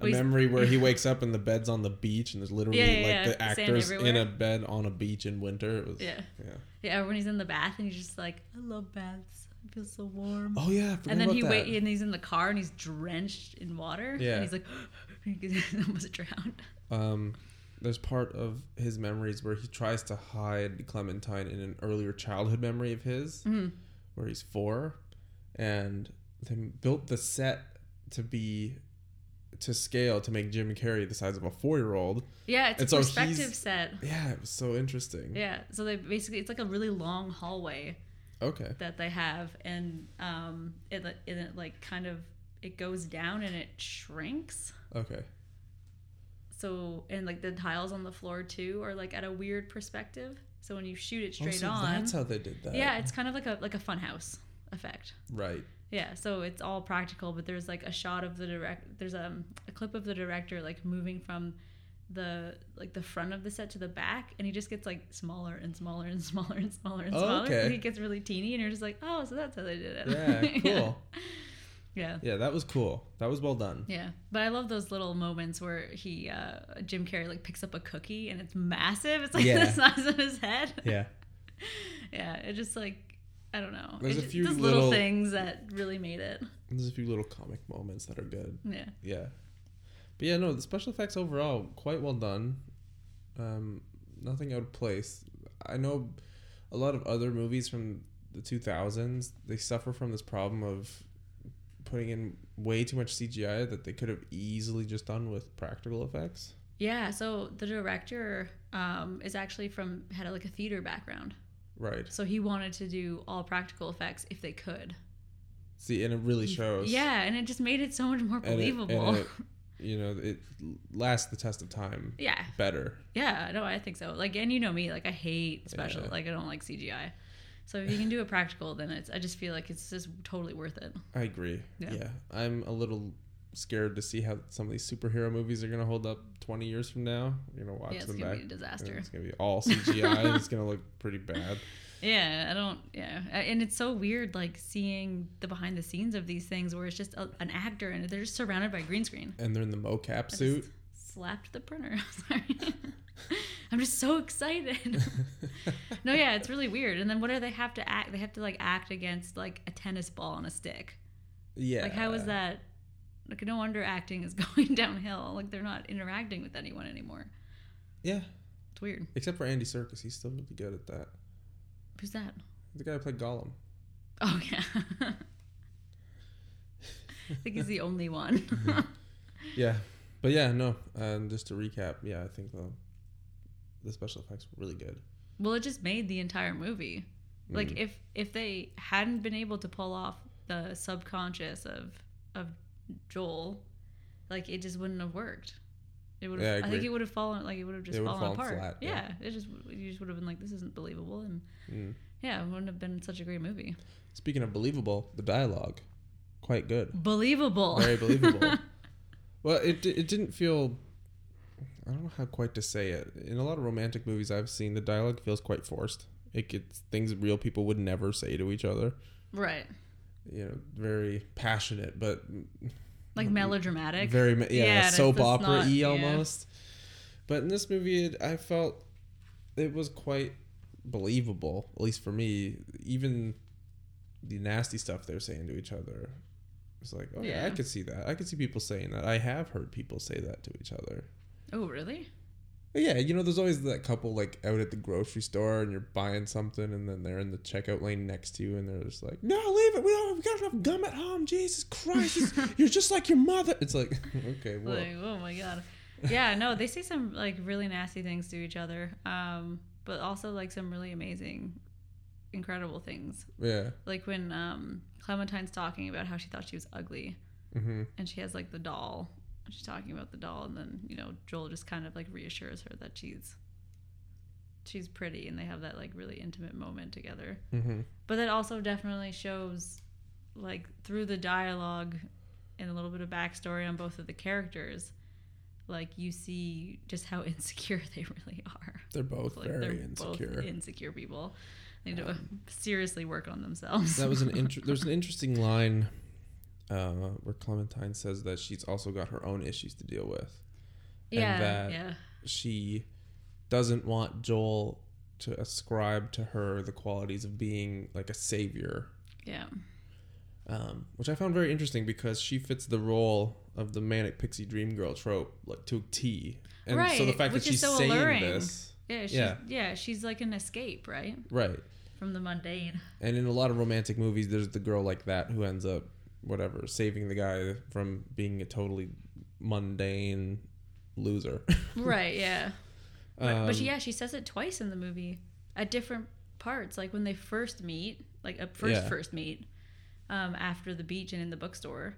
S2: Well, he's-
S1: memory where he wakes up and the bed's on the beach and there's literally
S2: Yeah, yeah,
S1: like
S2: yeah,
S1: the
S2: sand
S1: actors in
S2: everywhere.
S1: a bed on a beach in winter. It was
S2: Yeah.
S1: yeah.
S2: Yeah, when he's in the bath and he's just like, I love baths. It feels so warm.
S1: Oh yeah, I forgot
S2: and then
S1: about
S2: he
S1: that.
S2: wait, and he's in the car and he's drenched in water.
S1: Yeah.
S2: and he's like, he's almost drowned.
S1: Um there's part of his memories where he tries to hide Clementine in an earlier childhood memory of his
S2: Mhm.
S1: where he's 4 and they built the set to be to scale to make Jim Carrey the size of a 4-year-old.
S2: Yeah, it's
S1: And
S2: a
S1: so he's-
S2: perspective set.
S1: Yeah, it was so interesting.
S2: Yeah, so they basically it's like a really long hallway
S1: Okay.
S2: that they have, and um, it li- and it like kind of it goes down and it shrinks.
S1: Okay.
S2: So and like the tiles on the floor too are like at a weird perspective. So when you shoot it
S1: Oh,
S2: straight
S1: so
S2: on,
S1: That's how they did that.
S2: yeah, it's kind of like a like a funhouse effect.
S1: right.
S2: Yeah, so it's all practical, but there's like a shot of the direct. There's um, a clip of the director like moving from the like the front of the set to the back, and he just gets like smaller and smaller and smaller and smaller and
S1: Oh,
S2: smaller.
S1: okay.
S2: He gets really teeny, and you're just like, oh, so that's how they did it.
S1: Yeah. Cool.
S2: yeah.
S1: yeah, that was cool. That was well done.
S2: Yeah, but I love those little moments where he, uh, Jim Carrey, like picks up a cookie and it's massive. It's like
S1: Yeah.
S2: the size of his head.
S1: Yeah.
S2: Yeah, it just like I don't know.
S1: There's
S2: It
S1: a
S2: just-
S1: few
S2: those little,
S1: little-
S2: things that really made it.
S1: There's a few little comic moments that are good.
S2: Yeah,
S1: Yeah. But yeah, no, the special effects overall quite well done. Um, nothing out of place. I know a lot of other movies from the 2000s, they suffer from this problem of putting in way too much CGI that they could have easily just done with practical effects.
S2: yeah. So the director um, is actually from had like a theater background,
S1: Right.
S2: so he wanted to do all practical effects if they could.
S1: See, and it really shows.
S2: Yeah, and it just made it so much more
S1: And it-
S2: believable.
S1: and it- you know, it lasts the test of time
S2: yeah,
S1: better.
S2: Yeah, no, I think so. Like, and you know me, like I hate special.
S1: Yeah.
S2: Like I don't like CGI. So if you can do it practical, then it's. I just feel like it's just totally worth it.
S1: I agree. Yeah.
S2: Yeah.
S1: I'm a little scared to see how some of these superhero movies are going to hold up 20 years from now. You're going to watch
S2: yeah, it's
S1: them
S2: gonna
S1: back.
S2: be a
S1: and
S2: disaster.
S1: It's going to be all CGI and it's going to look pretty bad.
S2: Yeah, I don't. Yeah, A- and it's so weird, like seeing the behind the scenes of these things where it's just a, an actor and they're just surrounded by green screen.
S1: And they're in the mocap
S2: I
S1: suit.
S2: just slapped the printer. Sorry. I'm just so excited. no, yeah, it's really weird. And then what do they have to act? They have to like act against like a tennis ball on a stick.
S1: yeah.
S2: Like, how is that? Like, no wonder acting is going downhill. Like, they're not interacting with anyone anymore.
S1: Yeah.
S2: It's weird.
S1: Except for Andy Serkis. He's still really good at that.
S2: Who's that?
S1: The guy who played Gollum.
S2: Oh, yeah. I think he's the only one.
S1: Yeah. But yeah, no. Um, just to recap, yeah, I think the, the special effects were really good.
S2: well, it just made the entire movie. Like,
S1: Mm.
S2: if if they hadn't been able to pull off the subconscious of of Joel, like it just wouldn't have worked. It would.
S1: Yeah, I
S2: have I, think
S1: agree.
S2: it would have fallen. Like it would have just
S1: It would
S2: fallen,
S1: fallen
S2: apart.
S1: flat,
S2: yeah.
S1: yeah.
S2: It just you just would have been like, this isn't believable, and
S1: Mm.
S2: yeah, it wouldn't have been such a great movie.
S1: Speaking of believable, the dialogue, quite good.
S2: believable.
S1: very believable. well, it di- it didn't feel. I don't know how quite to say it. In a lot of romantic movies I've seen, the dialogue feels quite forced. It gets things real people would never say to each other.
S2: right.
S1: You know, very passionate, but
S2: Like
S1: Mm-hmm.
S2: melodramatic.
S1: very ma- yeah,
S2: Yeah, that's-
S1: soap
S2: that's
S1: opera
S2: not-
S1: y
S2: yeah.
S1: almost. But in this movie, it, I felt it was quite believable, at least for me. Even the nasty stuff they're saying to each other, it's like, oh yeah, I
S2: Yeah.
S1: could see that. I could see people saying that. I have heard people say that to each other.
S2: oh, really?
S1: But yeah, you know, there's always that couple like out at the grocery store and you're buying something, and then they're in the checkout lane next to you, and they're just like, "No, leave it. We don't. We got enough gum at home. Jesus Christ, it's- you're just like your mother." It's like, okay, well,
S2: Like, oh my god. Yeah, no, they say some like really nasty things to each other, um, but also like some really amazing, incredible things.
S1: yeah.
S2: Like when um, Clementine's talking about how she thought she was ugly,
S1: Mm-hmm.
S2: and she has like the doll. She's talking about the doll, and then you know Joel just kind of like reassures her that she's she's pretty, and they have that like really intimate moment together.
S1: Mm-hmm.
S2: but that also definitely shows like through the dialogue and a little bit of backstory on both of the characters like you see just how insecure they really are
S1: They're both
S2: like
S1: very
S2: they're
S1: insecure. Um,
S2: both insecure people they need to seriously work on themselves
S1: that was an inter- there's an interesting line uh, where Clementine says that she's also got her own issues to deal with.
S2: yeah
S1: that-
S2: yeah
S1: She doesn't want Joel to ascribe to her the qualities of being like a savior,
S2: yeah
S1: um, which I found very interesting because she fits the role of the manic pixie dream girl trope like to a T. And so the
S2: Right,
S1: fact
S2: which
S1: that
S2: is
S1: she's
S2: so
S1: saying
S2: alluring.
S1: this,
S2: yeah she's, yeah
S1: Yeah.
S2: she's like an escape right
S1: right?
S2: from the mundane
S1: And in a lot of romantic movies, there's the girl like that who ends up, whatever, saving the guy from being a totally mundane loser.
S2: right yeah But-
S1: Um,
S2: but she, yeah, she says it twice in the movie at different parts. Like when they first meet, like at first
S1: Yeah.
S2: first meet, um, after the beach and in the bookstore,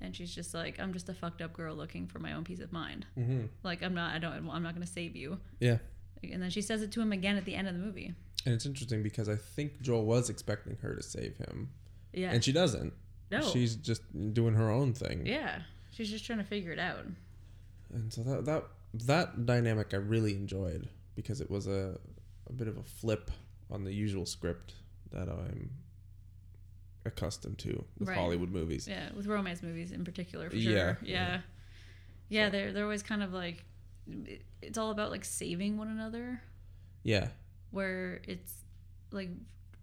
S2: and she's just like, I'm just a fucked up girl looking for my own peace of mind.
S1: Mm-hmm.
S2: Like I'm not, I don't, I'm not gonna save you.
S1: Yeah.
S2: And then she says it to him again at the end of the movie.
S1: And it's interesting because I think Joel was expecting her to save him,
S2: Yeah.
S1: and she doesn't.
S2: no.
S1: She's just doing her own thing.
S2: yeah. She's just trying to figure it out.
S1: And so that that that dynamic I really enjoyed because it was a a bit of a flip on the usual script that I'm accustomed to with
S2: Right.
S1: Hollywood movies.
S2: Yeah, with romance movies in particular, for sure.
S1: Yeah,
S2: Yeah,
S1: yeah.
S2: yeah, They're they're always kind of like, it- it's all about like saving one another.
S1: Yeah.
S2: Where it's like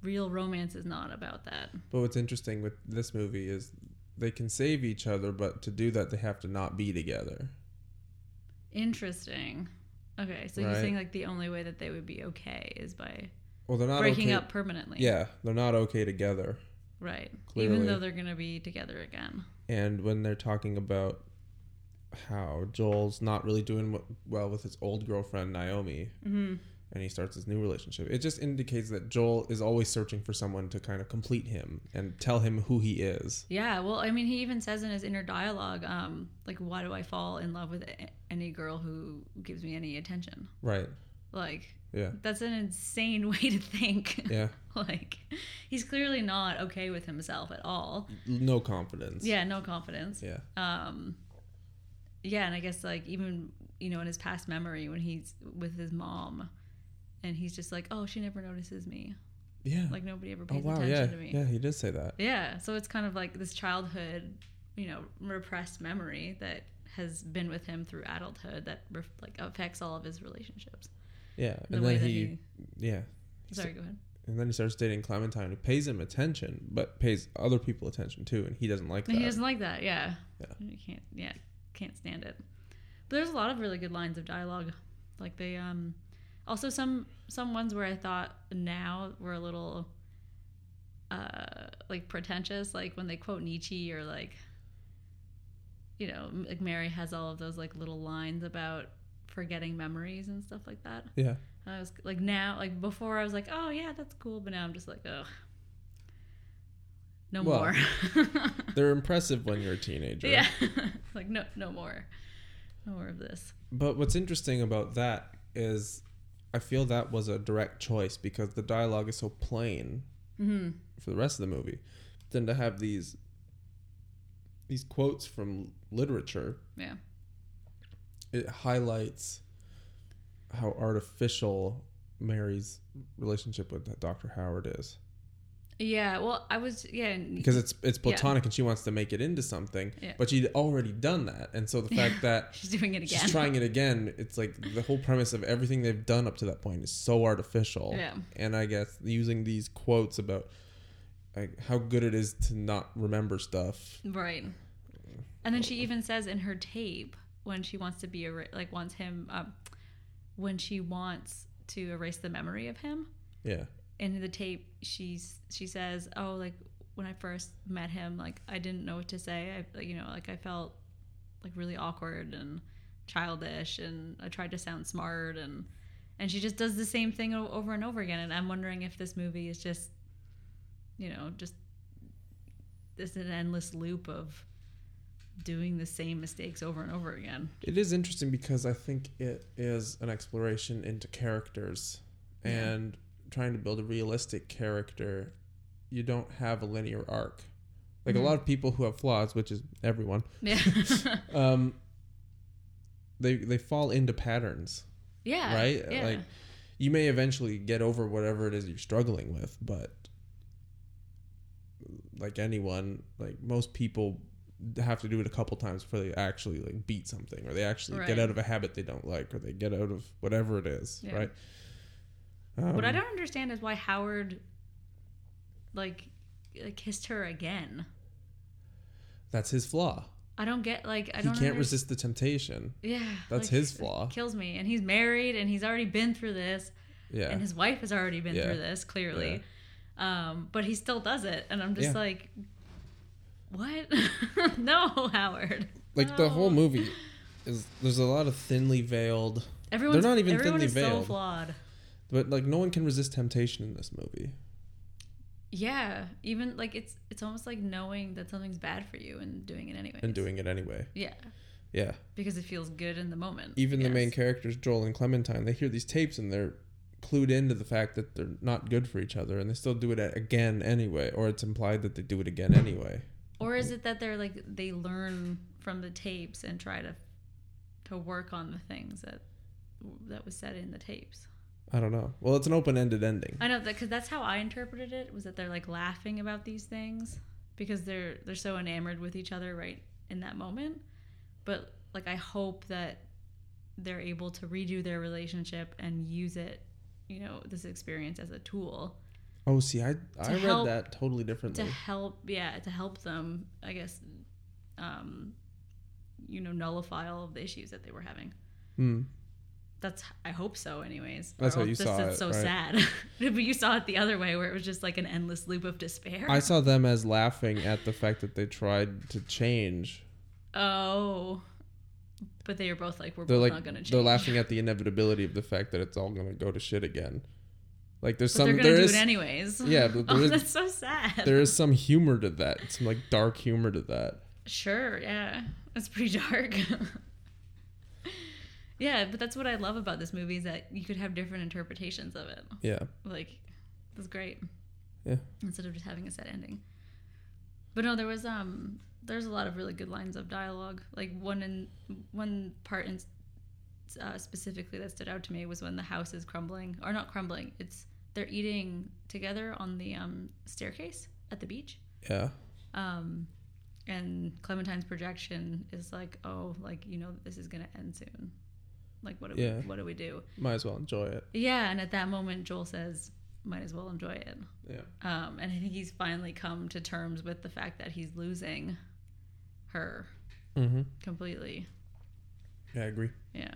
S2: real romance is not about that.
S1: But what's interesting with this movie is they can save each other, but to do that they have to not be together.
S2: Interesting. Okay, so you're
S1: Right.
S2: saying like the only way that they would be okay is by
S1: Well, they're not
S2: breaking
S1: okay.
S2: up permanently.
S1: Yeah, they're not okay together.
S2: Right.
S1: Clearly.
S2: Even though they're gonna be together again.
S1: And when they're talking about how Joel's not really doing w- well with his old girlfriend Naomi,
S2: hmm
S1: and he starts his new relationship. It just indicates that Joel is always searching for someone to kind of complete him and tell him who he is.
S2: Yeah. Well, I mean, he even says in his inner dialogue, um, like, why do I fall in love with a- any girl who gives me any attention?
S1: Right.
S2: Like,
S1: Yeah.
S2: That's an insane way to think.
S1: Yeah.
S2: like, he's clearly not okay with himself at all.
S1: No confidence.
S2: Yeah, no confidence.
S1: Yeah.
S2: Um, yeah, and I guess like even you know in his past memory when he's with his mom, and he's just like, oh, she never notices me.
S1: Yeah.
S2: Like nobody ever
S1: oh
S2: pays
S1: wow.
S2: attention
S1: Yeah.
S2: to me.
S1: Yeah. He did say that.
S2: Yeah, so it's kind of like this childhood, you know, repressed memory that has been with him through adulthood that ref- like affects all of his relationships.
S1: Yeah.
S2: The
S1: and
S2: way
S1: then
S2: that
S1: he, Yeah.
S2: he. Sorry, go ahead.
S1: And then he starts dating Clementine, who pays him attention, but pays other people attention too, and he doesn't like that.
S2: He doesn't like that. Yeah.
S1: Yeah.
S2: You can't. Yeah. Can't stand it. But there's a lot of really good lines of dialogue, like they um, also some some ones where I thought now were a little, uh, like pretentious, like when they quote Nietzsche or like. You know, m- like Mary has all of those like little lines about forgetting memories and stuff like that.
S1: yeah.
S2: And I was like now, like before, I was like, oh yeah, that's cool, but now I'm just like, oh, no
S1: Well,
S2: more.
S1: They're impressive when you're a teenager.
S2: Yeah. like no no more. No more of this.
S1: But what's interesting about that is I feel that was a direct choice because the dialogue is so plain
S2: hmm
S1: for the rest of the movie. Then to have these these quotes from literature,
S2: Yeah.
S1: it highlights how artificial Mary's relationship with Dr. Howard is
S2: Yeah, well I was yeah, and-
S1: because it's it's platonic and she wants to make it into something,
S2: Yeah.
S1: but she'd already done that, and so the fact that
S2: she's doing it again.
S1: she's trying it again, it's like the whole premise of everything they've done up to that point is so artificial.
S2: Yeah.
S1: And I guess using these quotes about like how good it is to not remember stuff
S2: Right. And then she even says in her tape when she wants to be er- like wants him um, when she wants to erase the memory of him.
S1: Yeah.
S2: in the tape she's she says oh like when i first met him like i didn't know what to say i you know like i felt like really awkward and childish and i tried to sound smart and and she just does the same thing o- over and over again and i'm wondering if this movie is just you know just this an endless loop of doing the same mistakes over and over again
S1: It is interesting because I think it is an exploration into characters
S2: Yeah.
S1: and trying to build a realistic character. You don't have a linear arc. Like
S2: Mhm.
S1: a lot of people who have flaws, which is everyone,
S2: yeah
S1: um, they they fall into patterns,
S2: yeah
S1: right? Uh,
S2: yeah.
S1: Like you may eventually get over whatever it is you're struggling with, but like anyone, like most people have to do it a couple times before they actually like beat something or they actually get
S2: Right.
S1: out of a habit they don't like or they get out of whatever it is,
S2: Yeah.
S1: right? Um,
S2: what I don't understand is why Howard, like, like kissed her again.
S1: that's his flaw.
S2: I don't get like I
S1: He
S2: don't.
S1: can't
S2: underst-
S1: resist the temptation.
S2: Yeah,
S1: That's
S2: like,
S1: his
S2: it
S1: flaw.
S2: Kills me, and he's married, and he's already been through this,
S1: Yeah.
S2: and his wife has already been
S1: Yeah.
S2: through this clearly, um, but he still does it, and I'm just
S1: Yeah.
S2: like, what? no, Howard.
S1: like the whole
S2: No.
S1: movie is there's a lot of thinly veiled
S2: Everyone's,
S1: not even
S2: everyone
S1: thinly
S2: is so
S1: veiled.
S2: flawed.
S1: But like no one can resist temptation in this movie.
S2: yeah, even like it's it's almost like knowing that something's bad for you and doing it anyway.
S1: and doing it anyway.
S2: yeah,
S1: Yeah.
S2: because it feels good in the moment.
S1: Even the main
S2: Yes.
S1: characters, Joel and Clementine, they hear these tapes and they're clued into the fact that they're not good for each other and they still do it a- again anyway, or it's implied that they do it again anyway.
S2: Or is it that they're like they learn from the tapes and try to to work on the things that that was said in the tapes?
S1: I don't know. Well, it's an open ended ending.
S2: I know that because that's how I interpreted it was that they're like laughing about these things because they're they're so enamored with each other right in that moment. But like I hope that they're able to redo their relationship and use it, you know, this experience as a tool
S1: Oh, see, I I read
S2: help-
S1: that totally
S2: to
S1: differently.
S2: help, yeah, to help them, I guess, um, you know, nullify all of the issues that they were having.
S1: Hmm.
S2: That's I hope so, anyways.
S1: That's how
S2: else
S1: you
S2: this
S1: saw
S2: is
S1: it,
S2: so
S1: right?
S2: sad, but you saw it the other way, where it was just like an endless loop of despair.
S1: I saw them as laughing at the fact that they tried to change.
S2: Oh, but they were both like, we're
S1: They're
S2: both
S1: like
S2: not gonna change.
S1: they're laughing at the inevitability of the fact that it's all going to go to shit again. Like there's
S2: But
S1: some
S2: they're gonna
S1: there
S2: do
S1: is
S2: it anyways.
S1: Yeah, but
S2: oh,
S1: there is-
S2: that's so sad.
S1: there is some humor to that. Some like dark humor to that.
S2: Sure, yeah, it's pretty dark. yeah, but that's what I love about this movie is that you could have different interpretations of it.
S1: Yeah.
S2: Like, that's great.
S1: Yeah.
S2: Instead of just having a set ending. But no, there was um, there's a lot of really good lines of dialogue. Like one in one part in uh, specifically that stood out to me was when the house is crumbling or not crumbling. It's they're eating together on the um, staircase at the beach.
S1: Yeah.
S2: Um, and Clementine's projection is like, oh, like you know, this is gonna end soon. Like, what do
S1: Yeah.
S2: we, what do we do?
S1: Might as well enjoy it.
S2: Yeah, and at that moment, Joel says, might as well enjoy it.
S1: Yeah.
S2: Um, and I think he's finally come to terms with the fact that he's losing her
S1: Mm-hmm.
S2: completely.
S1: Yeah, I agree.
S2: Yeah.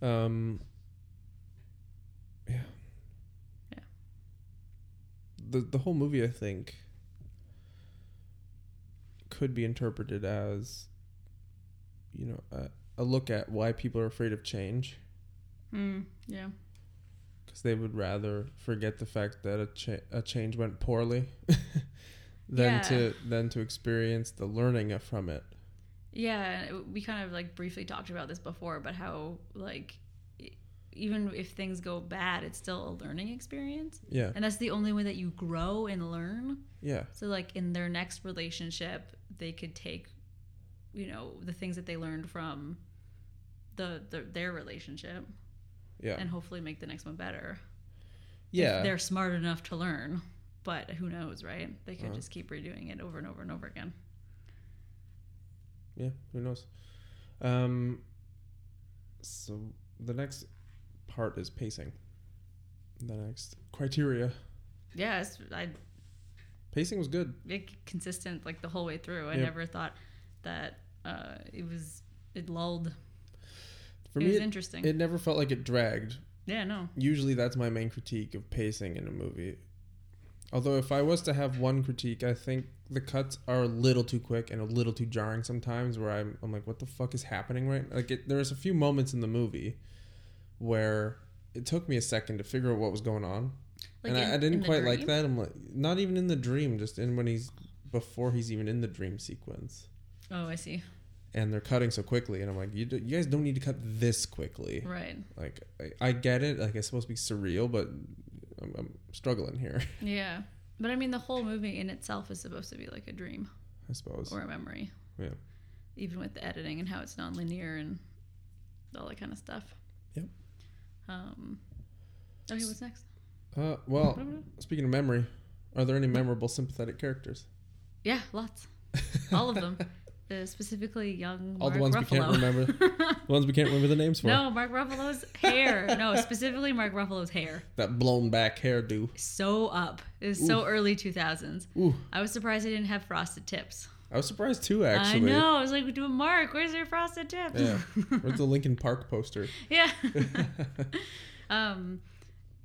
S1: Um. Yeah.
S2: Yeah.
S1: The the whole movie, I think, could be interpreted as, you know, a, a look at why people are afraid of change
S2: Mm, yeah.
S1: because they would rather forget the fact that a cha- a change went poorly, than
S2: Yeah.
S1: to than to experience the learning of- from it.
S2: Yeah, and we kind of like briefly talked about this before, but how like e- even if things go bad, it's still a learning experience.
S1: Yeah.
S2: And that's the only way that you grow and learn.
S1: Yeah.
S2: So like in their next relationship, they could take, you know, the things that they learned from the, the their relationship
S1: Yeah.
S2: and hopefully make the next one better. if
S1: yeah.
S2: they're smart enough to learn. But who knows, right? They could
S1: Uh-huh.
S2: just keep redoing it over and over and over again.
S1: yeah who knows um so the next part is pacing the next criteria
S2: Yeah, it's, I
S1: pacing was good
S2: it, consistent like the whole way through. I
S1: Yeah.
S2: never thought that uh, it was it lulled.
S1: for
S2: it
S1: me
S2: was
S1: it,
S2: interesting.
S1: it never felt like it dragged
S2: yeah, no,
S1: usually that's my main critique of pacing in a movie although if i was to have one critique i think the cuts are a little too quick and a little too jarring sometimes where i'm, I'm like what the fuck is happening right like it, there's a few moments in the movie where it took me a second to figure out what was going on and
S2: in-
S1: I, I
S2: in
S1: didn't
S2: the
S1: quite like
S2: dream.
S1: that. I'm like, not even in the dream, just in when he's before he's even in the dream sequence,
S2: Oh, I see.
S1: and they're cutting so quickly, and I'm like, you, do, you guys don't need to cut this quickly.
S2: Right.
S1: Like, I, I get it. Like, it's supposed to be surreal, but I'm, I'm struggling here,
S2: Yeah, but I mean, the whole movie in itself is supposed to be like a dream
S1: I suppose.
S2: or a memory.
S1: Yeah.
S2: Even with the editing and how it's non-linear and all that kind of stuff.
S1: Yep.
S2: Um. Okay, what's next?
S1: Uh, well, speaking of memory, are there any memorable sympathetic characters?
S2: Yeah, lots. All of them. Uh, specifically, young
S1: All
S2: Mark
S1: the ones we
S2: Ruffalo.
S1: can't remember. the ones we can't remember the names for.
S2: no, Mark Ruffalo's hair. No, specifically Mark Ruffalo's hair.
S1: That blown back hairdo.
S2: So up. It was so early 2000s.
S1: Ooh,
S2: I was surprised I didn't have frosted tips.
S1: I was surprised too. Actually,
S2: I know. I was like, "Do Mark, where's your frosted tips?"
S1: Yeah. Where's the Lincoln Park poster?
S2: Yeah. um,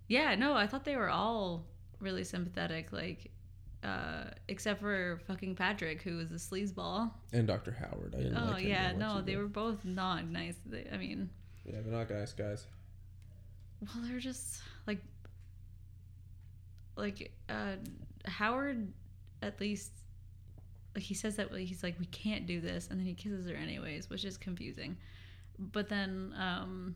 S2: yeah, no, I thought they were all really sympathetic, like, uh, except for fucking Patrick, who was a sleazeball.
S1: and Dr. Howard. I didn't
S2: Oh,
S1: like him
S2: yeah,
S1: that much
S2: no,
S1: either.
S2: they were both not nice. They, I mean,
S1: Yeah, they're not nice guys.
S2: well, they're just like, like uh, Howard at least like he says that like, he's like we can't do this and then he kisses her anyways which is confusing but then um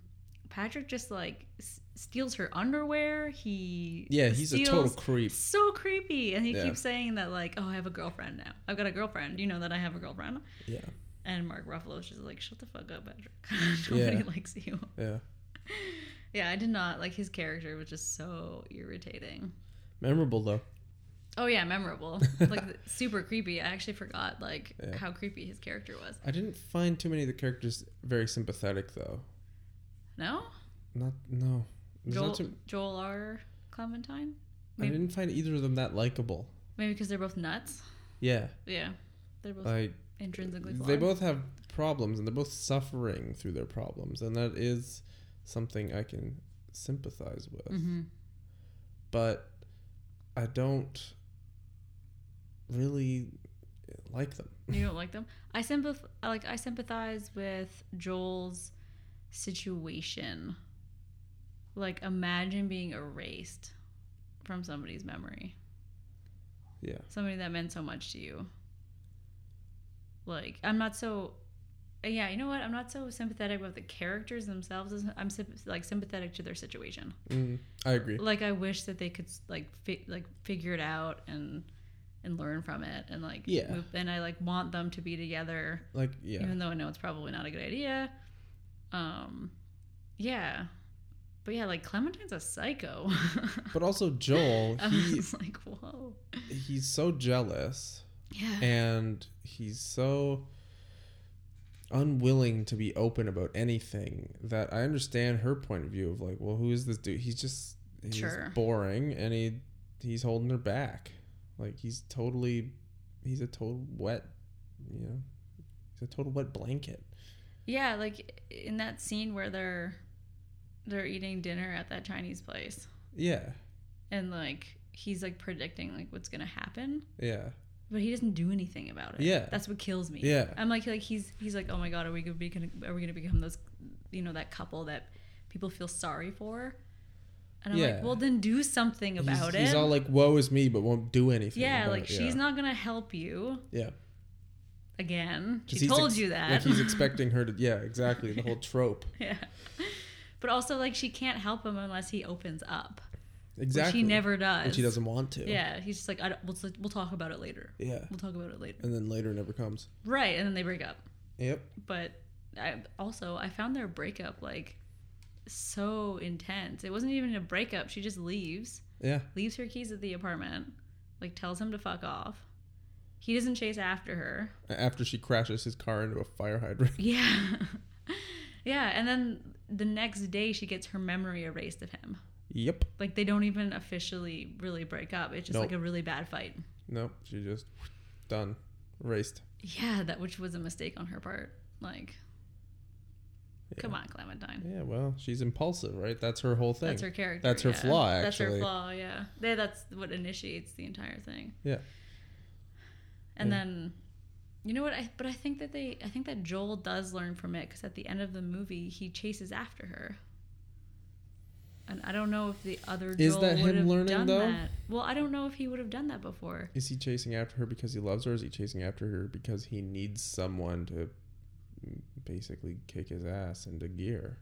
S2: Patrick just like s- steals her underwear he
S1: Yeah, he's a total
S2: steals-
S1: creep.
S2: so creepy and he
S1: Yeah.
S2: keeps saying that like oh I have a girlfriend now I've got a girlfriend you know that I have a girlfriend
S1: Yeah,
S2: and Mark Ruffalo's just like shut the fuck up Patrick nobody
S1: Yeah.
S2: likes you
S1: yeah.
S2: yeah I did not like his character was just so irritating
S1: Memorable though.
S2: Oh yeah, memorable. like th- super creepy. I actually forgot like
S1: Yeah.
S2: how creepy his character was.
S1: I didn't find too many of the characters very sympathetic though.
S2: No,
S1: Not no. There's
S2: Joel
S1: not too,
S2: Joel R. Clementine.
S1: I
S2: maybe-
S1: didn't find either of them that likable.
S2: Maybe because they're both nuts.
S1: Yeah,
S2: Yeah, they're both
S1: like
S2: intrinsically flawed.
S1: Uh, they both have problems and they're both suffering through their problems, and that is something I can sympathize with.
S2: hmm
S1: But I don't really like them.
S2: You don't like them. I sympath- I, like I sympathize with Joel's situation. Like imagine being erased from somebody's memory.
S1: Yeah.
S2: somebody that meant so much to you. Like I'm not so, yeah. You know what? I'm not so sympathetic with the characters themselves. as- I'm symp- like sympathetic to their situation.
S1: Mm, I agree.
S2: Like I wish that they could like fi- like figure it out and and learn from it and like
S1: Yeah.
S2: move, and I like want them to be together
S1: Like yeah.
S2: even though I know it's probably not a good idea. Um, yeah, but yeah, like Clementine's a psycho.
S1: But also Joel,
S2: I
S1: he
S2: was like, whoa.
S1: he's so jealous
S2: Yeah.
S1: and he's so unwilling to be open about anything that I understand her point of view of like, well, who is this dude? He's just he's
S2: Sure.
S1: boring and he he's holding her back. Like he's totally he's a total wet, you know. He's a total wet blanket.
S2: Yeah, like in that scene where they're they're eating dinner at that Chinese place
S1: Yeah.
S2: and like he's like predicting like what's gonna happen,
S1: Yeah.
S2: but he doesn't do anything about it.
S1: Yeah.
S2: That's what kills me.
S1: Yeah.
S2: I'm like like he's he's like, Oh my god, are we gonna be are we gonna become those you know, that couple that people feel sorry for? And I'm
S1: Yeah.
S2: like, Well then do something
S1: He's-
S2: about
S1: he's,
S2: it.
S1: all like, woe is me, but won't do anything.
S2: yeah,
S1: about
S2: like
S1: it.
S2: she's not gonna help you
S1: Yeah.
S2: again.
S1: 'Cause
S2: She
S1: he's
S2: told
S1: ex-
S2: you that.
S1: Like he's expecting her to yeah, exactly. The whole trope.
S2: yeah. But also like she can't help him unless he opens up.
S1: Exactly.
S2: Which he never does.
S1: Which he doesn't want to.
S2: Yeah, he's just like, I don't, we'll, we'll talk about it later.
S1: Yeah.
S2: We'll talk about it later.
S1: And then later never comes.
S2: Right, and then they break up.
S1: Yep.
S2: But I also I found their breakup like so intense. It wasn't even a breakup. She just leaves,
S1: Yeah.
S2: leaves her keys at the apartment, like tells him to fuck off. He doesn't chase after her.
S1: After she crashes his car into a fire hydrant.
S2: Yeah. yeah, and then the next day she gets her memory erased of him.
S1: yep.
S2: Like they don't even officially really break up. It's just
S1: Nope.
S2: like a really bad fight.
S1: No, she just done. Erased.
S2: Yeah, that which was a mistake on her part. Like, come on, Clementine.
S1: Yeah, well, she's impulsive, right? That's her whole thing.
S2: That's her character.
S1: That's her
S2: yeah.
S1: flaw,
S2: That's
S1: actually.
S2: her flaw. Yeah, They- that's what initiates the entire thing.
S1: Yeah.
S2: And
S1: Yeah.
S2: then, you know what? I but I think that they, I think that Joel does learn from it because at the end of the movie, he chases after her. And I don't know if the other Joel
S1: Is that him
S2: would have
S1: learning,
S2: done
S1: though?
S2: that. Well, I don't know if he would have done that before.
S1: Is he chasing after her because he loves her? Or is he chasing after her because he needs someone to basically kick his ass into gear?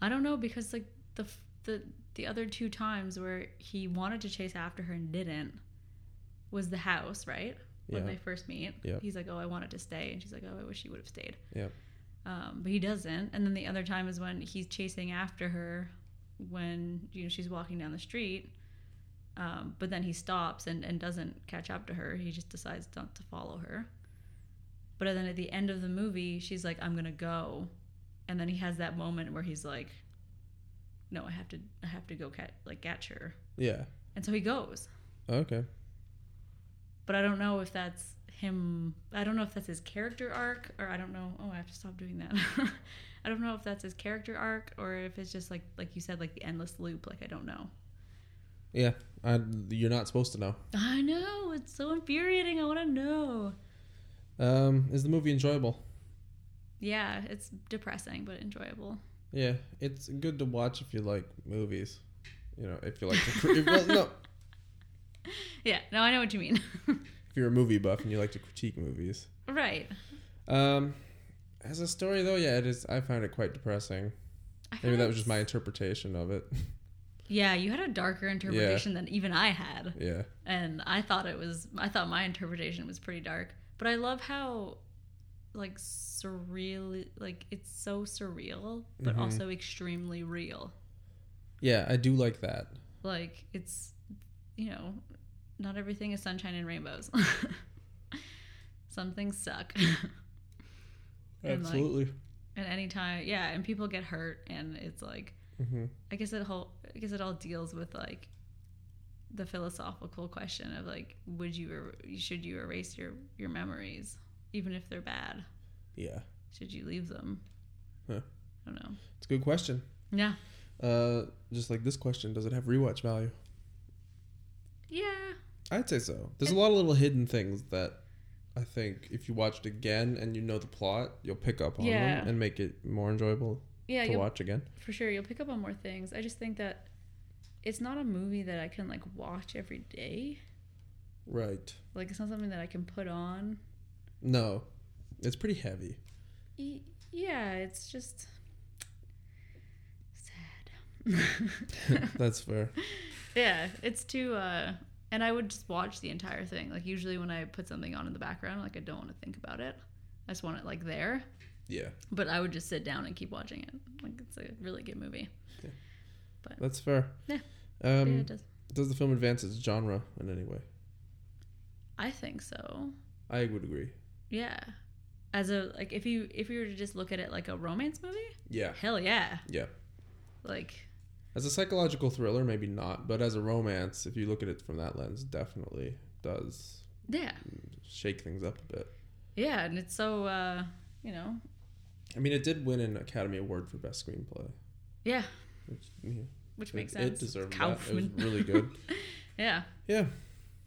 S2: I don't know because like the f- the the other two times where he wanted to chase after her and didn't was the house, right? When
S1: Yeah.
S2: they first meet,
S1: Yep.
S2: he's like, "Oh, I wanted to stay," and she's like, "Oh, I wish you would have stayed."
S1: Yep.
S2: Um, but he doesn't, and then the other time is when he's chasing after her when you know she's walking down the street. Um, but then he stops and, and doesn't catch up to her. He just decides not to follow her. But then at the end of the movie, she's like, "I'm gonna go," and then he has that moment where he's like, "No, I have to, I have to go catch like catch her,"
S1: Yeah.
S2: and so he goes.
S1: Okay.
S2: But I don't know if that's him. I don't know if that's his character arc, or I don't know. Oh, I have to stop doing that. I don't know if that's his character arc, or if it's just like like you said, like the endless loop. Like I don't know.
S1: Yeah. I, you're not supposed to know.
S2: I know it's so infuriating. I want to know.
S1: Um, is the movie enjoyable?
S2: Yeah, it's depressing but enjoyable.
S1: Yeah, it's good to watch if you like movies. You know, if you like to cre- well, no,
S2: yeah, no, I know what you mean.
S1: If you're a movie buff and you like to critique movies.
S2: right.
S1: Um, as a story though, yeah, it is. I found it quite depressing.
S2: I feel
S1: Maybe that
S2: like
S1: was just my interpretation of it.
S2: Yeah, you had a darker interpretation than even I had.
S1: yeah,
S2: And I thought it was I thought my interpretation was pretty dark. But I love how like surreal like it's so surreal but
S1: Mhm.
S2: also extremely real.
S1: yeah, I do like that.
S2: Like it's you know, not everything is sunshine and rainbows. Some things suck. And, like,
S1: Absolutely.
S2: and anytime yeah, and people get hurt and it's like
S1: hmm
S2: I guess it whole I guess it all deals with like the philosophical question of like would you er- should you erase your your memories even if they're bad
S1: Yeah,
S2: should you leave them
S1: Huh.
S2: I don't know
S1: it's a good question.
S2: yeah
S1: Uh, just like this question, does it have rewatch value?
S2: yeah
S1: I'd say so. There's a lot of little hidden things that I think if you watched again and you know the plot, you'll pick up on
S2: Yeah.
S1: them and make it more enjoyable
S2: yeah
S1: to
S2: you'll,
S1: watch again.
S2: for sure you'll pick up on more things I just think that it's not a movie that I can like watch every day
S1: Right.
S2: like it's not something that I can put on
S1: No, it's pretty heavy.
S2: Y- yeah it's just sad
S1: That's fair.
S2: Yeah, it's too. Uh, and I would just watch the entire thing. Like usually when I put something on in the background, like I don't want to think about it. I just want it like there.
S1: Yeah,
S2: But I would just sit down and keep watching it. Like it's a really good movie.
S1: that's fair.
S2: Yeah. yeah,
S1: Um,
S2: it does.
S1: does the film advance its genre in any way?
S2: I think so.
S1: I would agree.
S2: Yeah. As a like, if you if you were to just look at it like a romance movie,
S1: Yeah.
S2: hell yeah.
S1: Yeah.
S2: Like
S1: As a psychological thriller, maybe not, but as a romance, if you look at it from that lens, definitely does
S2: yeah,
S1: shake things up a bit.
S2: yeah. And it's so uh, you know,
S1: I mean, it did win an Academy Award for Best Screenplay.
S2: yeah,
S1: Which, yeah,
S2: which makes
S1: it,
S2: sense.
S1: it deserved
S2: Kaufman.
S1: that. It was really good.
S2: yeah.
S1: yeah,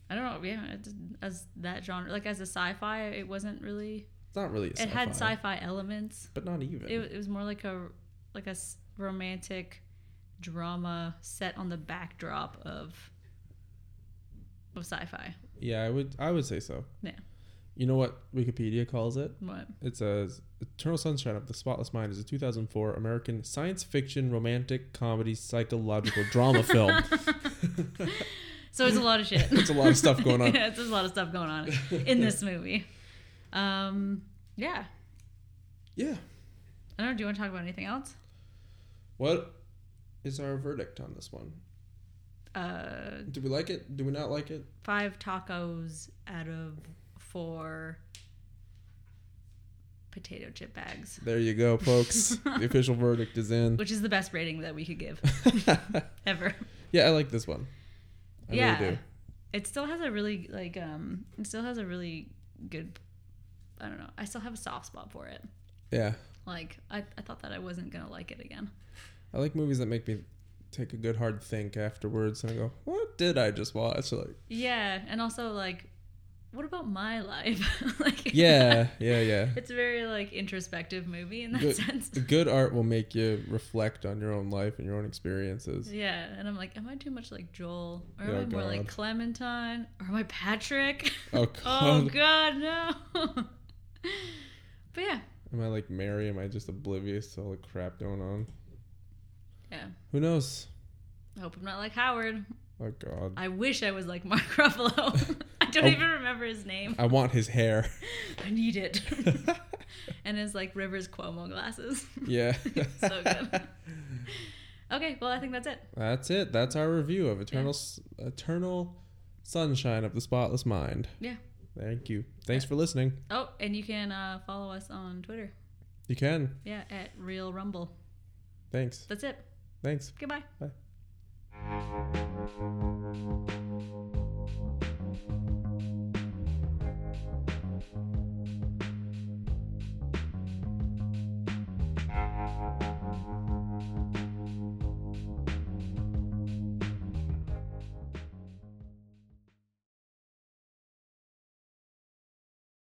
S2: I don't know. Yeah, it, as that genre, like as a sci-fi, it wasn't really.
S1: it's not really.
S2: It had sci-fi elements.
S1: but not even.
S2: It, it was more like a like a s- romantic drama set on the backdrop of of sci-fi.
S1: yeah, I would. I would say so.
S2: Yeah.
S1: You know what Wikipedia calls it?
S2: What?
S1: It says "Eternal Sunshine of the Spotless Mind" is a 2004 American science fiction romantic comedy psychological drama film.
S2: So it's a lot of shit.
S1: It's a lot of stuff going on.
S2: yeah, it's just a lot of stuff going on in this movie. Um, yeah.
S1: Yeah.
S2: I don't know. Do you want to talk about anything else?
S1: What is our verdict on this one?
S2: Uh,
S1: Do we like it? Do we not like it?
S2: five tacos out of four potato chip bags,
S1: There you go, folks. the official verdict is in.
S2: which is the best rating that we could give ever.
S1: yeah, I like this one. I
S2: yeah.
S1: really do.
S2: It still has a really like um it still has a really good I don't know. I still have a soft spot for it.
S1: Yeah.
S2: Like I, I thought that I wasn't gonna like it again.
S1: I like movies that make me take a good hard think afterwards and I go, What did I just watch? Like
S2: Yeah, and also like what about my life? like
S1: Yeah, yeah, yeah.
S2: It's a very like introspective movie in that
S1: Good-
S2: sense.
S1: Good art will make you reflect on your own life and your own experiences.
S2: Yeah, and I'm like, am I too much like Joel? Or am
S1: Oh,
S2: I more like
S1: God.
S2: Clementine? Or am I Patrick?
S1: Oh
S2: oh
S1: god.
S2: god, no. but yeah,
S1: Am I like Mary? Am I just oblivious to all the crap going on?
S2: yeah.
S1: Who knows?
S2: I hope I'm not like Howard.
S1: Oh god.
S2: I wish I was like Mark Ruffalo. I don't
S1: Oh.
S2: even remember his name.
S1: I want his hair.
S2: I need it. and his like Rivers Cuomo glasses.
S1: yeah.
S2: so good. Okay, well I think that's it.
S1: That's it. That's our review of Eternal S Eternal Sunshine of the Spotless Mind.
S2: Yeah.
S1: Thank you. Thanks for listening.
S2: Oh, and you can uh, follow us on Twitter.
S1: You can.
S2: Yeah, at Real Rumble.
S1: Thanks.
S2: That's it.
S1: Thanks.
S2: Goodbye.